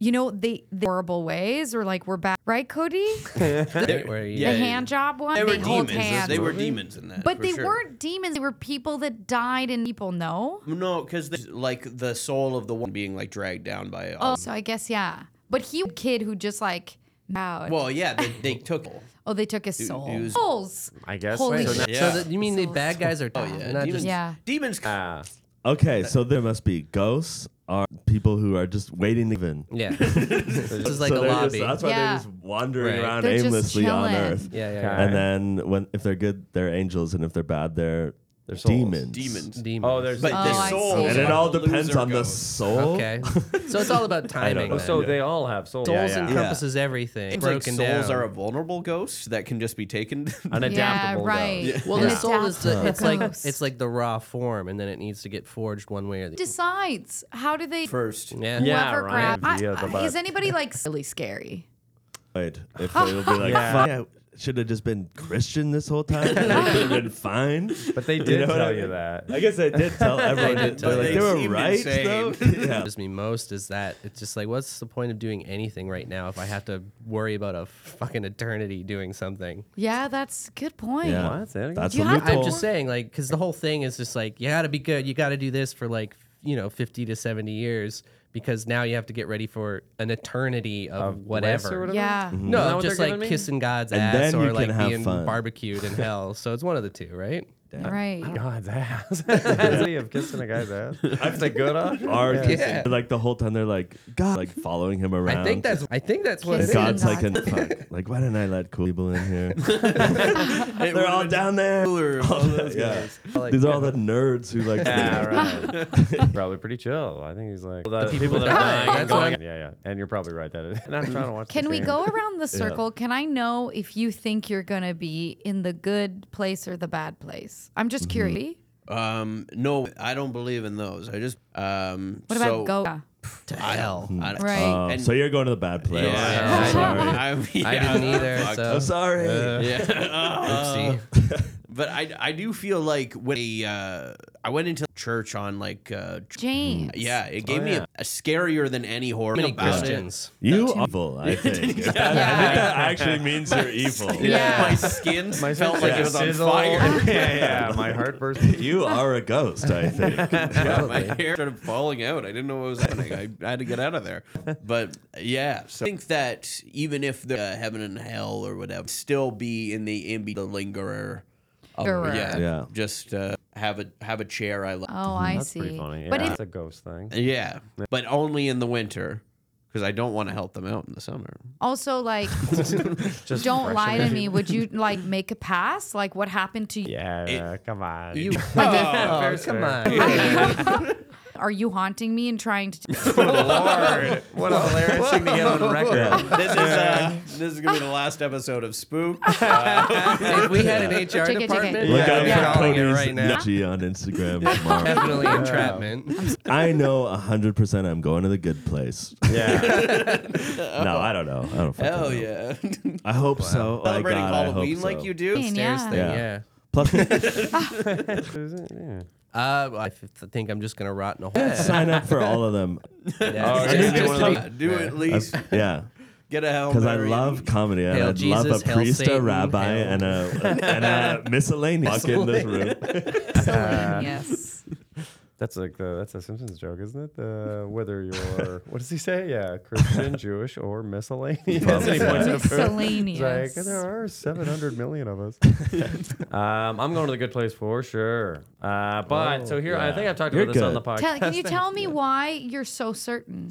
E: you know, they, they horrible ways or like we're back, right, Cody?
A: Right where he-
B: Yeah.
E: the hand job one,
B: they were
E: hold
B: demons.
E: hands.
B: They were demons in that.
E: but
B: for
E: they
B: sure.
E: weren't demons. They were people that died, and people know.
B: No, because like the soul of the one being like dragged down by.
E: Oh,
B: All.
E: so I guess yeah. But he was a kid who just like bowed.
B: Well, yeah, they, they took.
E: oh, they took his soul.
B: he was-
E: Souls.
D: I guess.
E: Holy
D: so
E: shit.
D: now-
B: Yeah.
A: So that, you mean the bad guys are oh, yeah, not
B: demons.
A: just
E: Yeah.
B: Demons.
D: Ah.
C: Okay, so there must be ghosts are people who are just waiting to even.
A: yeah. this is like
C: so
A: a
C: they're just-
A: lobby.
C: that's why
E: Yeah.
C: they're just wandering
A: Right.
C: around
E: They're just
C: aimlessly on
E: chilling.
C: earth.
A: yeah, yeah,
C: And then when if they're good, they're angels, and if they're bad, they're,
D: They're souls.
C: demons.
B: demons.
A: yeah. Demons.
D: Oh, there's.
B: But
E: Oh,
B: the
E: I see.
B: soul.
C: And it all depends on the soul.
A: okay. so it's all about timing.
C: know.
D: oh,
A: then.
D: so they all have souls.
A: Souls
D: yeah, yeah.
A: encompasses everything.
B: It's like
A: broken
B: souls
A: down.
B: are a vulnerable ghost that can just be taken.
D: An
E: Yeah,
D: adaptable ghost.
E: right.
A: well,
E: An
A: the soul is the,
E: adaptable
A: it's like
E: ghost.
A: it's like the raw form, and then it needs to get forged one way or the other.
E: decides how do they
B: first.
A: Yeah.
D: Yeah.
E: whoever
D: right.
E: grab? I-
D: Via the
E: I-
D: butt.
E: is anybody like really scary?
C: Wait, if they'll be like,
D: Yeah.
C: "Fuck, I should have just been Christian this whole time. and I could have been fine.
D: But they did
C: what
D: tell
C: I
D: you
C: mean?
D: that.
C: I guess I did tell everyone.
A: did
C: that-
A: tell
C: they're like,
A: you.
C: they
B: They
C: were
B: seemed
C: right, though. yeah.
A: bothers me most is that it's just like, what's the point of doing anything right now if I have to worry about a fucking eternity doing something?
E: Yeah, that's a good point.
C: Yeah.
D: What? Say it again.
C: That's
E: You
C: a
E: have to-
C: loophole.
A: I'm just saying, like, because the whole thing is just like, you got to be good. You got to do this for like, you know, 50 to 70 years because now you have to get ready for an eternity of,
D: bliss or
A: whatever.
D: whatever?
E: Yeah.
B: Mm-hmm.
A: No,
D: Isn't that what
A: just
D: they're
A: like
D: giving me?
A: kissing God's
C: And
A: ass
C: then you
A: or
C: can
A: like
C: have
A: being
C: fun.
A: barbecued in hell. So it's one of the two, right?
E: Right.
D: God's ass. That's me of kissing a guy's ass. That's a good option.
C: Are
D: Yeah.
C: just- like the whole time they're like God, like following him around.
A: I think that's I think that's what
C: and
A: it
E: Kissing
C: God's
A: is.
C: like,
E: God.
C: and fuck, like why didn't I let cool people in here? they're all down there. All those guys. These are all the nerds who like.
D: Yeah, right. probably pretty chill. I think he's like the, people, that are dying.
A: that's what
D: going- yeah, yeah. And you're probably right. That is. And I'm trying to watch.
E: Can
D: this
E: we
D: game.
E: go around the circle? Can I know if you think you're gonna be in the good place or the bad place? I'm
D: Mm-hmm.
E: just curious.
B: Um, no, I don't believe in those. I just um.
E: What about
B: so,
E: go?
D: mm,
A: to hell.
B: I don't-
E: Right.
C: Oh, so you're going to the bad place.
B: Yeah.
A: I
C: sorry.
B: I'm- yeah,
A: I didn't
B: I'm
A: either.
B: fucked.
A: So
C: I'm sorry.
A: Uh,
B: Yeah.
A: oopsie.
B: But I, I do feel like when a, uh, I went into church on like uh, tr-
E: James.
B: yeah, it gave me a, a scarier than any horror
A: many
B: about
A: Christians.
C: You evil, I think. If that, I think that actually means you're evil.
B: it.
E: Yeah.
B: my skin
D: My
B: felt like it was on
D: sizzle.
B: fire.
D: yeah, yeah. My heart burst.
C: You are a ghost, I think.
B: Yeah, my hair started falling out. I didn't know what was happening. I, I had to get out of there. But yeah, so I think that even if the uh, heaven and hell or whatever, still be in the ambi the lingerer. Of,
E: Lingerer.
B: Yeah,
C: Yeah.
B: Just uh, have a have a chair. I love.
E: Oh, I
D: Mm-hmm. That's
E: see.
D: pretty funny. Yeah,
E: But if
D: it's a ghost thing.
B: Yeah, but only in the winter because I don't want to help them out in the summer.
E: also like
D: Just
E: don't
D: fresh
E: lie to
D: energy.
E: me. Would you like make a pass? Like what happened to you?
D: Yeah, come on.
A: You,
D: fair,
A: oh, come
D: fair.
A: on.
E: Are you haunting me and trying to?
D: Lord, what a hilarious thing to get on record.
B: This is uh, this is gonna be the last episode of Spook. Uh,
A: if we had an HR
E: JK.
A: department, yeah,
C: Look out
A: we'd be
C: for
A: calling it
C: Cody's
A: right now.
C: Nietzsche on Instagram tomorrow.
A: Definitely entrapment.
C: I know 100% I'm going to the good place.
D: Yeah.
C: No, I don't know. I don't fucking know.
B: hell yeah!
C: I hope so. My
B: Celebrating
C: God, I hope
B: Halloween
C: so.
B: like you do.
E: Yeah.
A: Stairs thing,
C: Yeah.
A: yeah.
C: Plus,
D: Is it? Yeah.
A: Uh, I f- think I'm just gonna rot in a hole.
C: Sign up for all of them.
D: Oh,
A: Yeah.
C: I think
B: do,
C: just
B: one of
C: like-
B: that. Do at
C: That's-
B: least
C: yeah.
B: get a hell.
C: Because I
B: Mary.
C: love comedy. and
A: Hail
C: I love
A: Jesus,
C: a
A: hail
C: priest, a
A: Satan,
C: rabbi,
A: hail-
C: and a and a miscellaneous in this room.
E: yes.
D: Uh, That's like the that's a Simpsons joke, isn't it? The whether you're what does he say? Yeah, Christian, Jewish, or miscellaneous.
C: Probably
D: And he points at the food. It's
E: Miscellaneous.
D: Like there are 700 million of us. um, I'm going to the good place for sure. Uh, but so here, I think I've talked
C: You're
D: about this on the podcast.
E: Tell, can you tell me why you're so certain?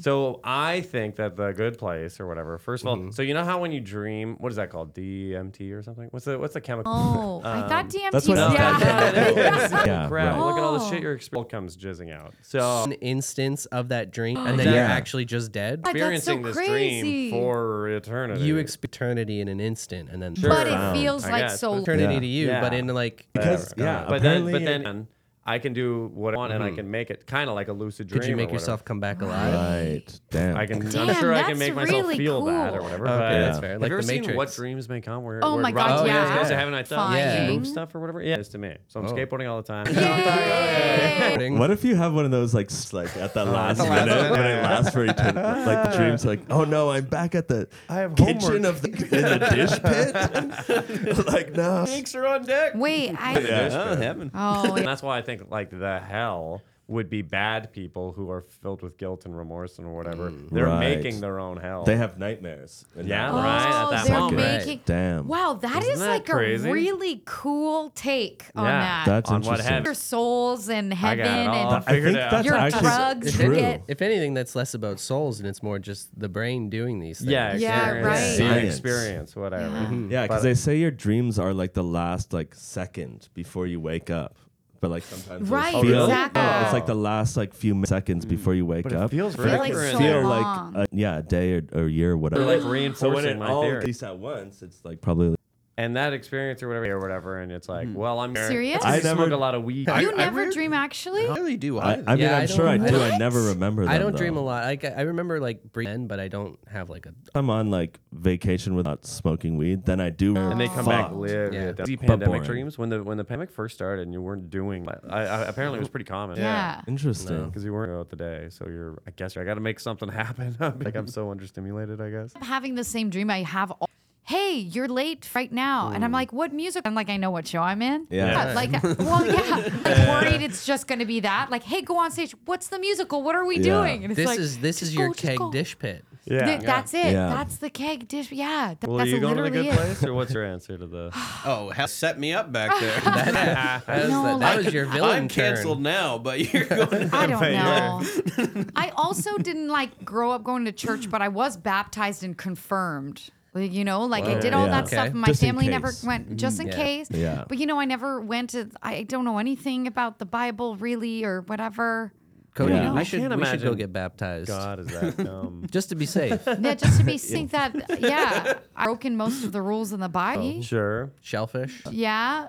D: So I think that the good place or whatever. First of all, so you know how when you dream, what is that called? DMT or something? What's the what's the chemical?
E: Oh, I
D: Um,
E: thought DMT
C: That's what
E: was
C: I
E: yeah.
C: thought.
D: Yeah,
C: Yeah,
D: Crap!
C: right.
D: Look at all the
E: Oh.
D: shit your experience comes jizzing out. So
A: An instance of that drink, and then
C: Oh, Yeah.
A: you're actually just dead.
E: I- That's so
D: experiencing this dream
E: crazy.
D: for eternity.
A: You expect eternity in an instant, and then
E: But
D: Sure.
E: it feels
D: I
E: like
D: guess.
E: so.
A: eternity
C: Yeah.
A: to you.
D: Yeah.
A: But in like, uh,
C: Because yeah,
D: but then, but
C: apparently it-
D: then I can do what I want, and I can make it kind of like a lucid dream.
A: could you
D: or
A: make
D: whatever.
A: yourself come
C: Uh,
A: back alive?
C: right, damn.
D: I can. I'm
E: Damn,
D: sure I can
E: that's
D: make myself
E: really
D: feel that or
E: cool.
D: whatever.
A: Okay,
D: but
A: that's fair.
D: Have
A: Like
D: you
A: The
D: ever seen what
A: Matrix.
D: dreams may come? Where,
E: Oh
D: where
E: my
D: it
E: God,
D: robs you
E: yeah.
D: and goes to heaven. I thought
E: Fine.
D: you
A: Yeah.
D: move stuff or whatever. Yeah, Oh. it's to me. So I'm skateboarding all the time.
E: Yay.
C: What if you have one of those like s- like at the last
A: the last
C: minute
A: minute.
C: when it lasts for eternity? Like the dream's like, oh no, I'm back at the
D: I have
C: kitchen of the in the dish pit. like no,
B: Thanks are on deck.
E: Wait, I.
B: Yeah, heaven.
E: Oh,
D: And
E: it-
D: that's why I think like the hell would be bad people who are filled with guilt and remorse and whatever. They're
C: Right.
D: making their own hell.
C: they have nightmares. in that
D: Yeah,
E: oh,
C: one.
D: right, at that
E: they're
D: moment.
E: making.
C: Damn.
E: Wow, that is
D: that
E: like
D: crazy?
E: a really cool take on
D: Yeah.
E: that.
C: That's
D: On what
C: interesting.
D: heaven?
E: your souls and
D: I
E: heaven
D: got it all
E: and
C: I
D: figured
C: think
D: out.
C: that's
E: Your
C: actually
E: drugs,
C: true.
E: you get-
A: If anything, that's less about souls and it's more just the brain doing these things.
D: yeah,
E: Yeah,
D: experience.
E: right.
D: Seeing
C: Science.
D: experience, whatever. Mm-hmm.
C: Yeah, because they say your dreams are like the last like second before you wake up. But like sometimes they
E: Right,
C: feel-
E: really? exactly.
C: No, it's like the last like few mi- seconds before you wake
D: Mm. But it
C: up.
D: feels
C: But it
D: like
C: can
D: so
C: feel
E: long.
C: like a, yeah, a day or, or year or whatever.
D: They're like reinforcing
C: so when it
D: my
C: all
D: theory.
C: releases at once, it's like probably.
D: and that experience or whatever or whatever and it's like well i'm
E: Mm-hmm. Serious?
D: i
C: I
D: smoke
C: never-
D: a lot of weed
E: you never dream actually.
B: I really do.
C: I, I mean,
A: Yeah, I
C: I'm sure I
A: don't-
C: do. I never remember. Them,
A: I don't dream
C: though.
A: a lot. Like I I remember like breathing, but I don't have like a.
C: I'm on like vacation without smoking weed. Then I do.
D: and they come back
C: Fuck.
D: live
A: Yeah.
D: yeah. the
C: But
D: pandemic
C: boring.
D: dreams when the when the pandemic first started and you weren't doing that I, I, apparently it was pretty common
E: Yeah.
C: Interesting.
D: because you weren't out the day so you're i guess i gotta make something happen like i'm so understimulated i guess
E: having the same dream I have. All- hey, you're late right now, and I'm like, what music? I'm like, I know what show I'm in.
C: Yeah.
E: like, well, yeah. Like worried it's just gonna be that. Like, hey, go on stage. What's the musical? What are we
C: Yeah.
E: doing? And it's
A: This
E: like,
A: is this
E: just
A: is your
E: go, just
A: keg
E: go.
A: dish pit.
E: Th-
D: yeah
E: That's it.
C: Yeah.
E: That's the keg dish. Yeah. Th-
D: well, are
E: that's
D: you going to the
E: literally
D: good
E: it.
D: place, or what's your answer to the?
B: Oh, hell, set me up back there.
A: That was,
E: No,
A: the- that
E: like-
A: was your villain
B: I'm
A: turn.
B: canceled now, but you're going.
E: I don't
D: But yeah.
E: know. I also didn't like grow up going to church, but I was baptized and confirmed. Like, You know, like I did all
C: Yeah.
E: that
A: Okay.
E: stuff. And my
C: Just in
E: family never
C: case. Mm-hmm.
E: went, just in
A: Yeah.
E: case.
C: Yeah.
E: But you know, I never went to. I don't know anything about the Bible really, or whatever.
A: Cody,
C: Yeah.
A: we
D: I
A: should
D: can't
A: we should go
D: imagine
A: get baptized
D: God is that dumb?
A: just to be safe.
E: Yeah, just to be think that. Yeah, I broken most of the rules in the Bible.
D: sure.
A: Shellfish.
E: Yeah.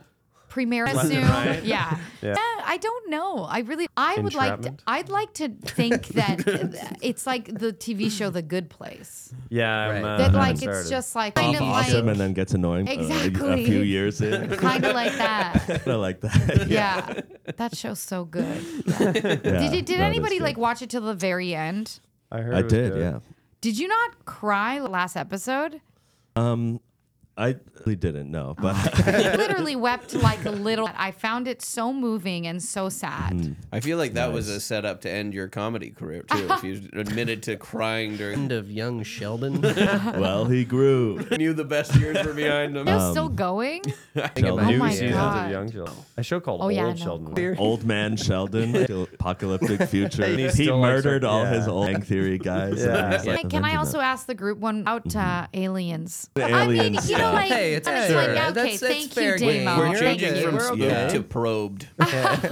E: Premarital
D: Oh. Left
E: soon.
D: and right.
E: Yeah. yeah. I don't know. I really I would like to,
D: Entrapment?
E: I'd like to think that it's like the TV show The Good Place.
D: Yeah, I'm,
A: Right.
D: uh,
E: That
D: I'm
E: like
D: started.
E: it's just like kind of
C: Awesome, and
E: like
C: then gets annoying. uh, a
E: Exactly.
C: few years in,
E: kind of like that.
C: I like that.
E: Yeah. That show's so good.
C: Yeah,
E: Did you did
C: that is
E: anybody
C: good.
E: like watch it till the very end?
D: I heard.
C: I
D: it was
C: did.
D: good.
C: Yeah.
E: Did you not cry last episode?
C: I really didn't know, but
E: I literally wept like a little. I found it so moving and so sad.
C: Mm-hmm.
B: I feel like that was a setup to end your comedy career too. If you admitted to crying during,
A: End of young Sheldon.
C: well, he grew.
B: knew the best years were behind him.
E: It was still
C: Um,
E: going?
C: Sheldon.
E: Oh
D: New
E: my
D: seasons
E: God.
D: of Young Sheldon. A show called
E: Oh,
D: Old
E: yeah, I know.
D: Sheldon.
C: Old man Sheldon, like, apocalyptic future.
D: And
C: He,
D: he's still, like,
C: murdered
D: sort-
C: all
D: yeah.
C: his old Bang theory guys. and
D: Yeah.
C: he's like,
E: Hey, can I
C: "Imagine
E: also ask the group one about uh, aliens?
C: Mm-hmm. The
E: I
C: aliens,
E: mean, you
C: yeah.
E: know, like,
A: Hey, it's
E: I'm just
A: fair.
E: like, okay,
A: That's- that's
E: thank
A: fair
E: you,
A: game.
C: Uh,
E: Damo.
A: We're
B: We're
E: Thank
B: changing
E: you.
B: from
A: We're
B: spooked
C: okay.
B: to probed.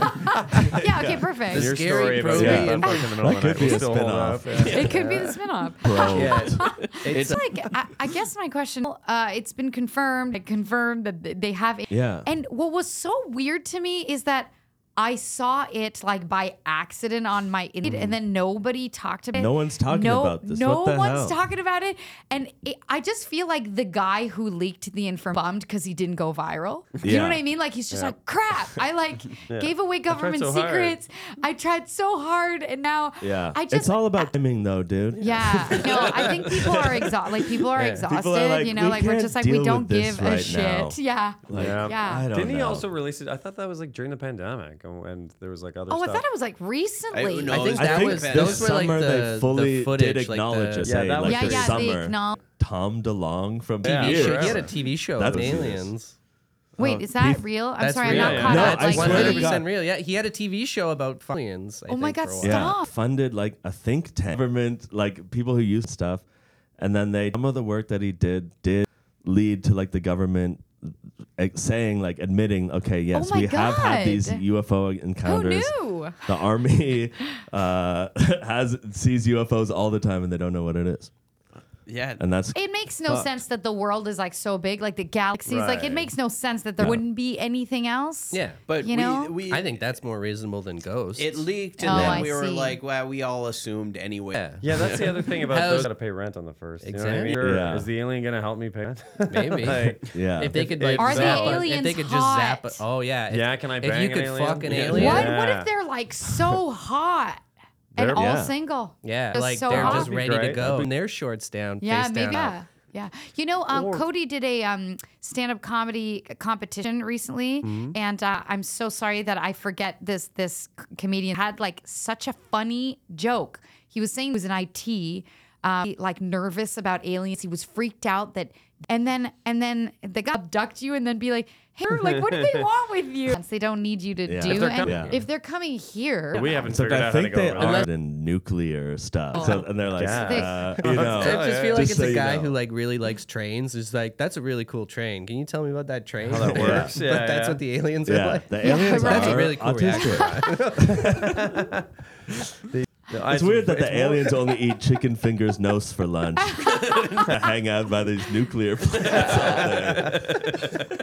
E: yeah, okay, perfect.
A: This-
D: Your
A: Scary
D: story about
A: Brody
C: and-
D: yeah. Buck in the middle
C: That
D: of the
C: could
D: night
C: be
D: will
C: a
D: still hold up.
C: spin-off.
D: Yeah.
E: it could be the spin-off.
C: Bro,
E: It's like I, I guess my question. Uh, it's been confirmed. It confirmed that th- they have.
C: Yeah.
E: And what was so weird to me is that I saw it like by accident on my in- and then nobody talked about it.
C: Mm. No one's talking about this.
E: No
C: What the
E: one's
C: hell?
E: talking about it. And it, I just feel like the guy who leaked the info bummed because he didn't go viral. You know
C: Yeah.
E: what I mean? Like he's just like, crap. I like gave away government
D: so hard.
E: secrets. I tried so hard and now
C: Yeah.
E: I just
C: it's all about timing, though, dude.
E: yeah, no, I think people are exhausted. Like people are exhausted.
C: like,
E: you know,
C: "We
E: like we're
C: can't
E: just like we
C: deal with
E: don't
C: this
E: give a
C: right
E: shit.
C: now."
E: Yeah.
C: Like,
D: Yeah.
E: Yeah.
C: I don't
D: Didn't he
C: know.
D: also release it? I thought that was like during the pandemic, and, and there was like other.
E: Oh, I
D: stuff.
E: thought it was like recently.
B: no,
A: I think
B: I
A: that
B: think
A: was
B: this
A: those were like
C: summer
A: the,
C: they fully
A: the footage,
C: did acknowledge
A: like the,
C: us.
D: Yeah,
C: eh?
D: that was
C: like
E: Yeah,
C: this
E: yeah, they
C: summer.
E: acknowl-
C: Tom DeLong from
D: Yeah,
A: TV
C: Years.
A: show. He had
D: sure.
A: a TV show
C: That
A: with
C: was serious.
A: aliens.
E: Wait, is that
C: beef-
E: real? I'm
A: That's
E: sorry,
A: real.
E: I'm not caught
C: Oh. No,
E: up.
C: I
E: Like,
C: swear to
E: really-
C: God.
A: 100% real. Yeah, he had a TV show about aliens. I
E: Oh my
A: think, for
E: God,
A: a while.
E: stop. Stop.
C: funded like a think tank, government, like people who use stuff, and then they some of the work that he did did lead to like the government eh, saying like admitting, okay, yes,
E: my
C: we have had these
E: God.
C: UFO encounters.
E: knew?
C: The army uh, has sees UFOs all the time, and they don't know what it is,
B: Yeah.
C: and that's
E: It makes no sense that the world is like so big, like the galaxies. Like it
D: Right.
E: makes no sense that there wouldn't be anything else.
A: Yeah,
B: But
E: You
B: we,
E: know?
B: we
A: I think that's more reasonable than ghosts.
B: it leaked, and
E: Oh,
B: then
E: I
B: we were
E: see.
B: like, "Wow, we all assumed anyway."
A: yeah,
D: Yeah, that's the other thing about
A: How's-
D: those gotta pay rent on the first.
A: Exactly.
D: You know what I mean? Or
C: Yeah.
D: Is the alien gonna help me pay rent?
A: Maybe.
D: Like,
C: yeah.
A: If they could,
D: If-
A: like,
D: Are the
A: zap a- If
E: aliens
A: they could just
E: hot?
A: zap. A, oh yeah. If,
D: Yeah, can I
A: If you
D: bang an
A: could
D: alien?
A: fuck an
D: Yeah.
A: alien.
E: What?
D: Yeah.
E: What if they're like so hot and
D: They're-
E: all
C: Yeah.
E: single?
A: Yeah,
E: Just
A: like
E: so
A: they're
E: hot.
A: just
D: That'd be
A: ready to
D: great.
A: go. And their shorts down.
E: Yeah,
A: face
E: maybe.
A: Down.
E: Yeah. Yeah. You know, um, Cody did a um, stand up comedy competition recently. And uh, I'm so sorry that I forget this. This c- comedian had like such a funny joke. He was saying he was in IT, uh, he, like nervous about aliens. He was freaked out that, and then, and then they got abduct you and then be like, hey, like, what do they want with you? Since They don't need you to
C: Yeah.
E: do
C: If
D: they're
E: and-
D: coming-
E: If they're coming here,
D: We haven't
C: Except
D: figured
C: I
D: out how to
C: think
D: go
C: they
D: over
C: are in nuclear stuff, so, and they're like, uh,
D: Yeah.
C: you know,
A: I just feel like
C: Just
A: it's
C: so
A: a
C: you
A: guy
C: know.
A: who like really likes trains. Is like, that's a really cool train. Can you tell me about that train? How
D: that works. Yeah,
A: but that's
D: yeah.
A: what the aliens are
C: yeah,
A: like.
C: the aliens
A: That's
C: are
A: a really cool
C: autistic.
A: reaction.
D: that.
C: It's weird that the aliens only eat chicken fingers nose for lunch. to hang out by these nuclear plants out there.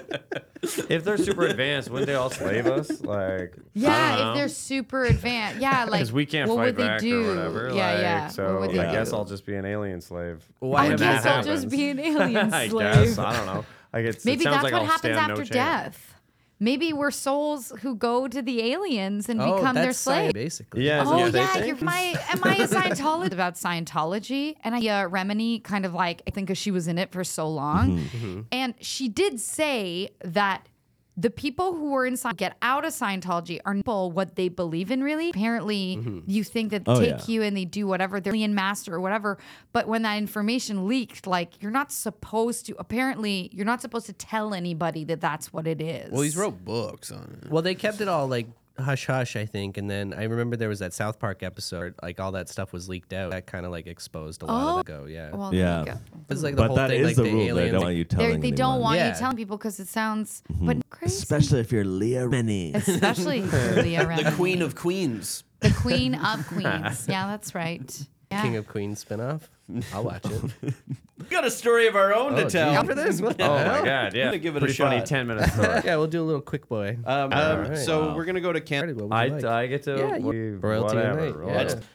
D: If they're super advanced, wouldn't they all slave us? Like, I don't
E: Yeah,
D: know.
E: if they're super advanced. Yeah, like
D: Because we can't
E: what
D: fight
E: would
D: back
E: they do?
D: or whatever.
E: Yeah,
D: like,
E: yeah.
D: So
E: what would they
D: I
E: do?
D: guess I'll just be an alien slave.
A: Why
E: I
A: would
D: When
E: guess
D: that
E: I'll just
D: happens.
E: be an alien
D: I
E: slave.
D: guess I don't know. Like it's,
E: Maybe
D: it sounds
E: that's
D: like
E: what
D: I'll
E: happens
D: stand
E: after
D: no chance.
E: death. Maybe we're souls who go to the aliens and
A: Oh,
E: become
A: that's
E: their
A: science,
E: slaves.
A: basically.
D: Yeah.
E: Oh
D: is that what
E: yeah,
D: they
E: you're
D: think?
E: my am I a Scientologist about Scientology? And I uh, Remini kind of like I think 'cause she was in it for so long,
C: Mm-hmm.
E: and she did say that the people who were in Sci- get out of Scientology are people what they believe in really. Apparently, you think that they
C: Oh,
E: take
C: yeah.
E: you and they do whatever they're alien master or whatever. But when that information leaked, like you're not supposed to. Apparently, you're not supposed to tell anybody that that's what it is.
B: Well, he's wrote books on it.
A: Well, they kept it all like hush hush, I think. And then I remember there was that South Park episode. Like all that stuff was leaked out. That kind of like exposed a lot of the go. Yeah.
E: Oh, Well, there you
C: Yeah,
E: go.
A: it's like the
C: but
A: whole
C: that
A: thing.
C: is
A: like
C: the,
A: the
C: rule. They
A: aliens.
C: don't want you
E: They're-
C: telling
E: they
C: anyone.
E: don't
C: Mm-hmm.
E: want you
A: Yeah.
E: telling people because it sounds but crazy.
C: especially if you're Leah Rennie.
E: especially Leah Remini.
B: The Queen of Queens.
E: the Queen of Queens. Yeah, that's right. Yeah.
A: King of Queens spinoff. I'll watch it.
B: We got a story of our own
A: Oh,
B: to
A: geez,
B: tell. Um,
A: for this? What the
D: Oh
A: hell?
D: my god! Yeah,
B: gonna give it a
D: pretty funny.
B: shot.
D: Ten minutes. story.
A: Yeah, we'll do a little quick boy.
C: Uh,
B: Um, um,
A: right.
B: So we're gonna go to
A: Alrighty,
B: Canada.
A: what would you
D: I,
A: like?
D: I get to
A: Yeah, you-
D: leave
A: Royalty
D: whatever.
A: tonight,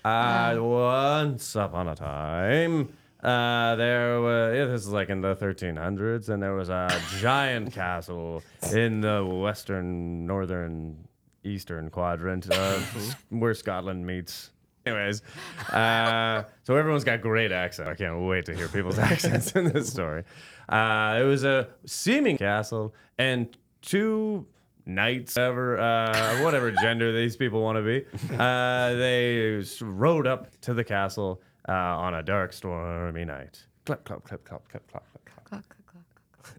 A: yeah.
D: royalty. Uh, once upon a time, uh, there was yeah, this is like in the 1300s, and there was a giant castle in the western, northern, eastern quadrant of where Scotland meets. Anyways, uh, so everyone's got great accent. I can't wait to hear people's accents in this story. Uh, it was a seeming castle and two knights, whatever, uh, whatever gender these people want to be. Uh, they s- rode up to the castle uh, on a dark, stormy night. Clap, clap, clap, clap, clap, clap, clap. clap.
E: Cluck, cluck, cluck.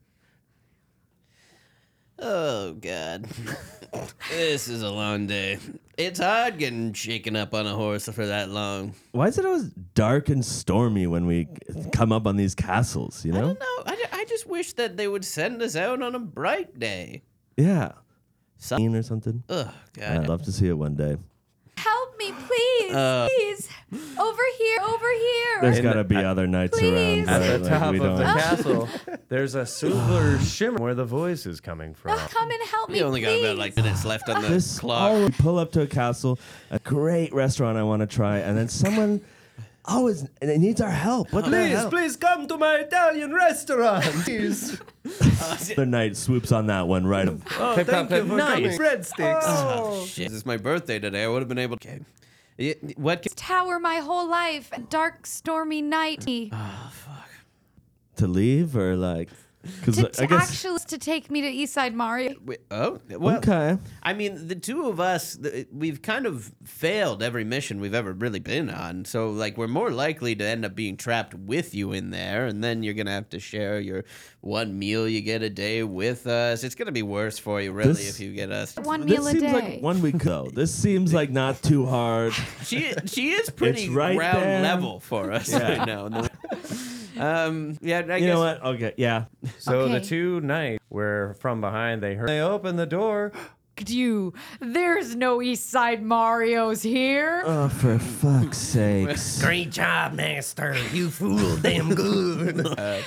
B: Oh God, this is a long day. It's hard getting shaken up on a horse for that long.
C: Why is it always dark and stormy when we come up on these castles? You know?
B: No, I, ju- I just wish that they would send us out on a bright day.
C: Yeah. Sun or something.
B: Oh God.
C: I'd love to see it one day.
E: Help me, please.
B: Uh,
E: please over here, over here.
C: There's
D: In
C: got to
D: the-
C: be other nights
E: Please.
C: around.
D: At the
C: right? Like,
D: top
C: we
D: of the
C: don't-
D: castle, there's a silver shimmer where the voice is coming from.
E: Oh, come and help me.
B: We only got about
E: please.
B: like minutes left on the
C: this
B: clock.
C: oh, we pull up to a castle, a great restaurant I want to try, and then someone always and it needs our help. What the hell?
D: please come to my Italian restaurant. Please.
C: The night swoops on that one right.
D: Oh, thank you for
A: nice.
D: coming. Breadsticks.
B: Oh. Shit, this is my birthday today. I would have been able. Okay, It- what? Can-
E: tower my whole life. Dark, stormy night. to
C: to leave or like because
E: to
C: I guess
E: actually to take me to Eastside Mario.
B: wait, oh, well.
C: okay.
B: I mean, the two of us, th- we've kind of failed every mission we've ever really been on. So, like, we're more likely to end up being trapped with you in there, and then you're gonna have to share your one meal you get a day with us. It's gonna be worse for you, really,
C: This-
B: if you get us.
E: One
C: This
E: meal a
C: seems
E: day.
C: like one week though. This seems like not too hard.
B: She she is pretty
C: right
B: round
C: there.
B: level for us right now. um, yeah, I
C: You
B: guess.
C: know what? Okay, yeah.
D: So the
E: Okay.
D: two knights were from behind. They heard. They opened the door.
E: you. There's no East Side Mario's here.
C: Oh, for fuck's sakes!
A: Great job, master. You fooled them good.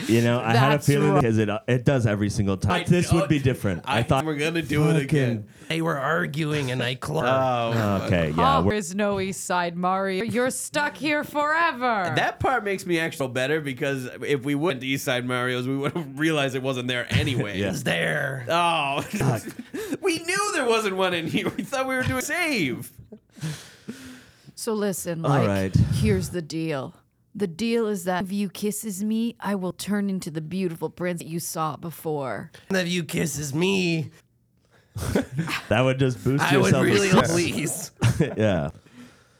C: You know, I had a
E: That's
C: feeling because it uh, it does every single time.
B: I
C: this
B: know
C: would be
B: it.
C: different. I,
B: I
C: thought.
B: thought we're gonna do it again.
A: they were arguing and I clubbed.
C: Okay, yeah. we're-
E: There's no East Side Mario. You're stuck here forever.
B: That part makes me actually feel better because if we went to East Side Mario's, we would have realized it wasn't there anyway.
C: Yeah.
A: was there.
B: Oh, we knew there wasn't one in here. We thought we were doing save.
E: so listen,
C: All
E: like,
C: right.
E: here's the deal. The deal is that if you kisses me, I will turn into the beautiful prince that you saw before.
A: None of you kisses me.
C: That would just boost
A: I would
C: yourself.
A: really please.
C: yeah.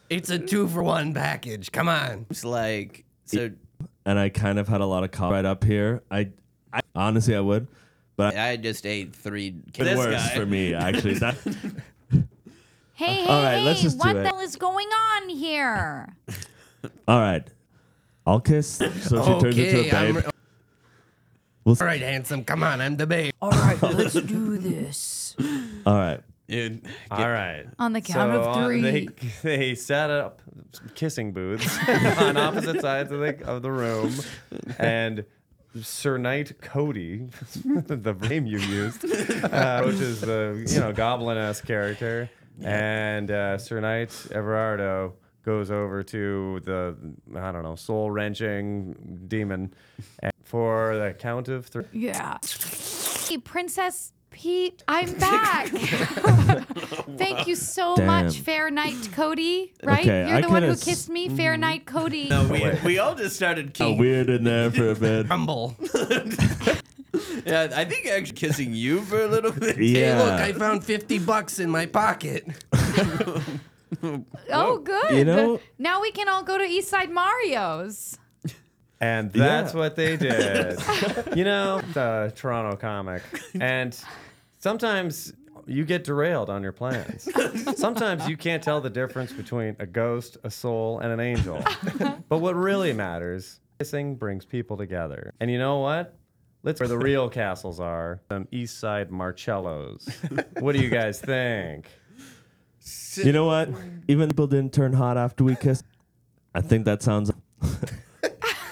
A: It's a two for one package. Come on.
B: It's like so.
C: and I kind of had a lot of cop right up here. I, I honestly I would, but I,
B: I just ate three.
C: it's
B: this
C: worse
B: guy.
C: for me actually. That,
E: Hey, hey,
C: All right, let's just do it.
E: is going on here?
C: all right, I'll kiss. So she turns into a
A: I'm-
C: babe. We'll s-
A: All right, handsome. Come on, I'm the babe.
E: All right, let's do this.
C: All right.
B: And
D: All right.
E: On the count
D: So
E: of
D: on-
E: three.
D: they, they set up kissing booths on opposite sides of the, of the room, and Sir Knight Cody, the name you used, uh, approaches the you know goblin-esque character, and uh, Sir Knight Everardo goes over to the I don't know soul wrenching demon and for the count of three.
E: Yeah. Hey, Princess Pete, I'm back. Thank you so
C: Damn.
E: much, Fair Knight Cody. Right?
C: Okay,
E: You're
C: I
E: the one
C: could've
E: who
C: s- Mm-hmm.
E: kissed me, Fair Knight Cody.
B: uh, we, we all just started
C: A
B: kissing.
C: weird in there for a bit.
A: Rumble.
B: yeah, Uh, I think actually kissing you for a little bit.
A: Hey, look, I
C: Yeah.
A: found 50 bucks in my pocket.
E: oh, good.
C: You know-
E: now we can all go to Eastside Mario's.
D: And that's
C: Yeah.
D: what they did. you know, the Toronto comic. And sometimes you get derailed on your plans. Sometimes you can't tell the difference between a ghost, a soul, and an angel. but what really matters, kissing brings people together. And you know what? Let's where the real castles are, some East Side Marcellos. what do you guys think?
C: You know what? Even people didn't turn hot after we kissed. I think that sounds.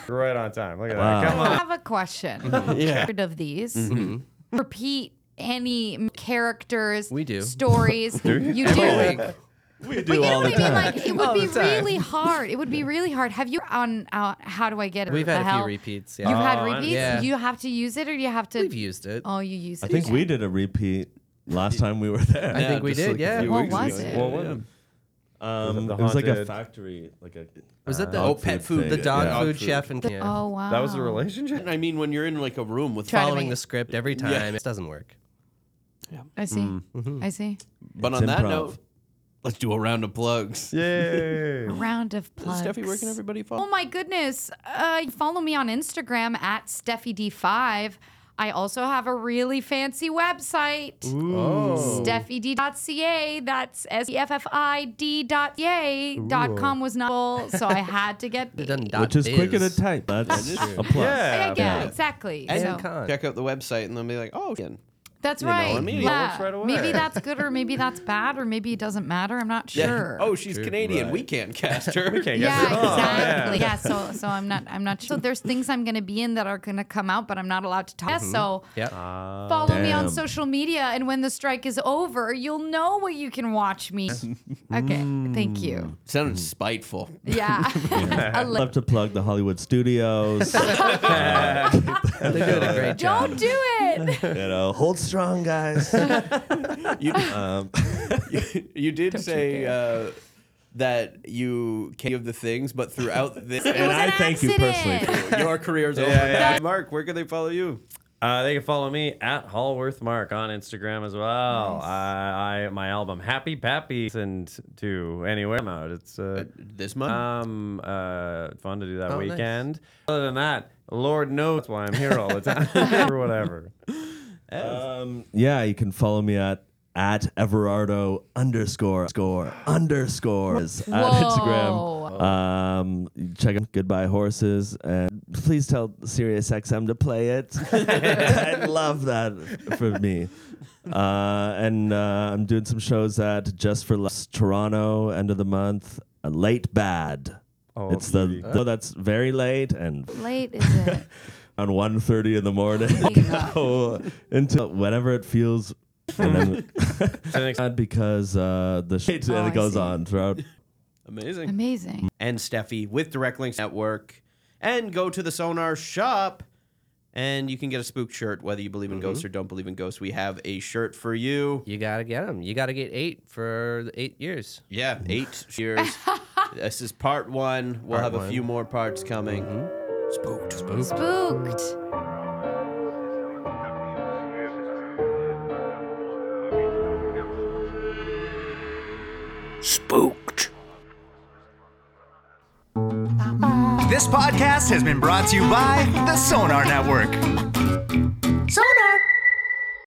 D: You're right on time. Look at
C: Wow.
D: that. Come
E: I
D: on.
E: have a question. yeah. Of these, repeat any characters,
A: We do.
E: stories. You do.
C: We
E: But
C: do
E: you know
C: all the
E: what I mean?
C: time.
E: Like it would
A: All the
E: be
A: time.
E: really hard. It would be really hard. Have you on uh, how do I get it?
A: We've
E: The
A: had a few
E: hell?
A: repeats.
E: You've
A: Yeah.
E: had
D: Oh, I-
E: repeats.
A: yeah.
E: You have to use it, or you have to.
A: We've used it.
E: oh, you use
C: I
E: it.
C: think we did a repeat last time we were there.
A: I think we
B: just
A: did,
B: like a
A: yeah.
B: few
E: What
B: weeks
E: was
B: ago.
E: it?
D: Well, what-
C: Um,
D: The
C: it was like a
D: haunted-
C: factory, like a.
A: Was that the
B: Oh, pet food.
A: the dog
C: Yeah.
A: food chef and yeah.
E: Oh wow.
D: That was the relationship?
B: I mean, when you're in like a room with
E: Try to
A: following
E: make-
A: the script every time? It doesn't work.
E: I see. I see.
B: But
C: It's
B: on that
C: improv.
B: note, let's do a round of plugs.
D: Yay.
E: Round of plugs.
B: Steffi, where can everybody follow?
E: Oh my goodness. Uh, follow me on Instagram at SteffiD5. I also have a really fancy website. SteffiD.ca. That's S E F F I D dot yay. Dot com was not full, so I had to get.
A: It doesn't
C: Which is quicker to type. That's a plus.
E: yeah, yeah, exactly.
B: And
E: So-
B: check out the website and then be like, oh, again.
E: That's
B: You know,
E: right.
B: I mean, it
E: yeah.
D: works right away.
E: Maybe that's good or maybe that's bad or maybe it doesn't matter. I'm not
B: Yeah.
E: sure.
B: Oh, she's Canadian. We can't cast her. we
D: can't
E: yeah,
D: guess it. Oh,
E: exactly. Yeah. so so I'm not I'm not sure. So there's things I'm gonna be in that are gonna come out, but I'm not allowed to talk. So
A: Yeah.
C: Ah.
E: follow me on
C: Damn.
E: social media and when the strike is over, you'll know where you can watch me. okay. Thank
C: Mm.
E: you.
B: Sounded spiteful.
E: Yeah. A
C: I'd
E: li-
C: love to plug the Hollywood studios.
A: They're doing a great job.
E: Don't do it.
C: you know, hold strong, guys. um,
B: You, you, you did say uh, that you can't give the things, but throughout this,
E: It was
C: I
E: an
C: thank you
E: accident.
C: personally.
B: your career's over.
D: yeah, yeah.
B: Mark, where can they follow you?
D: Uh, they can follow me at Hallworth Mark on Instagram as well. I, I my album Happy Pappy and to anywhere I'm out. It's uh,
B: This month.
D: um uh fun to do that
A: Oh, nice.
D: weekend. Other than that, Lord knows why I'm here all the time or whatever.
C: Um, yeah, you can follow me at at Everardo underscore score underscores at Instagram. Um, check out Goodbye Horses and please tell SiriusXM to play it. I love that for me. Uh, and uh, I'm doing some shows at Just for Less Toronto end of the month. uh, late Bad.
D: Oh,
C: it's the,
D: beauty.
C: the that's very late and
E: Late is it?
C: on 1.30 in the morning go into whenever it feels and then Sad because uh, the shit
E: Oh, I
C: it goes
E: see.
C: on throughout
B: Amazing.
E: Amazing.
B: and Steffi with Direct Links Network. And go to the Sonar shop and you can get a spook shirt, whether you believe in ghosts or don't believe in ghosts. We have a shirt for you.
A: You gotta get them. You gotta get eight for the eight years.
B: Yeah, eight years. this is part one. Mm-hmm. We'll have a few more parts coming. Spooked.
C: Mm.
B: Spooked.
E: Spooked.
F: This podcast has been brought to you by the Sonar Network.
E: Sonar!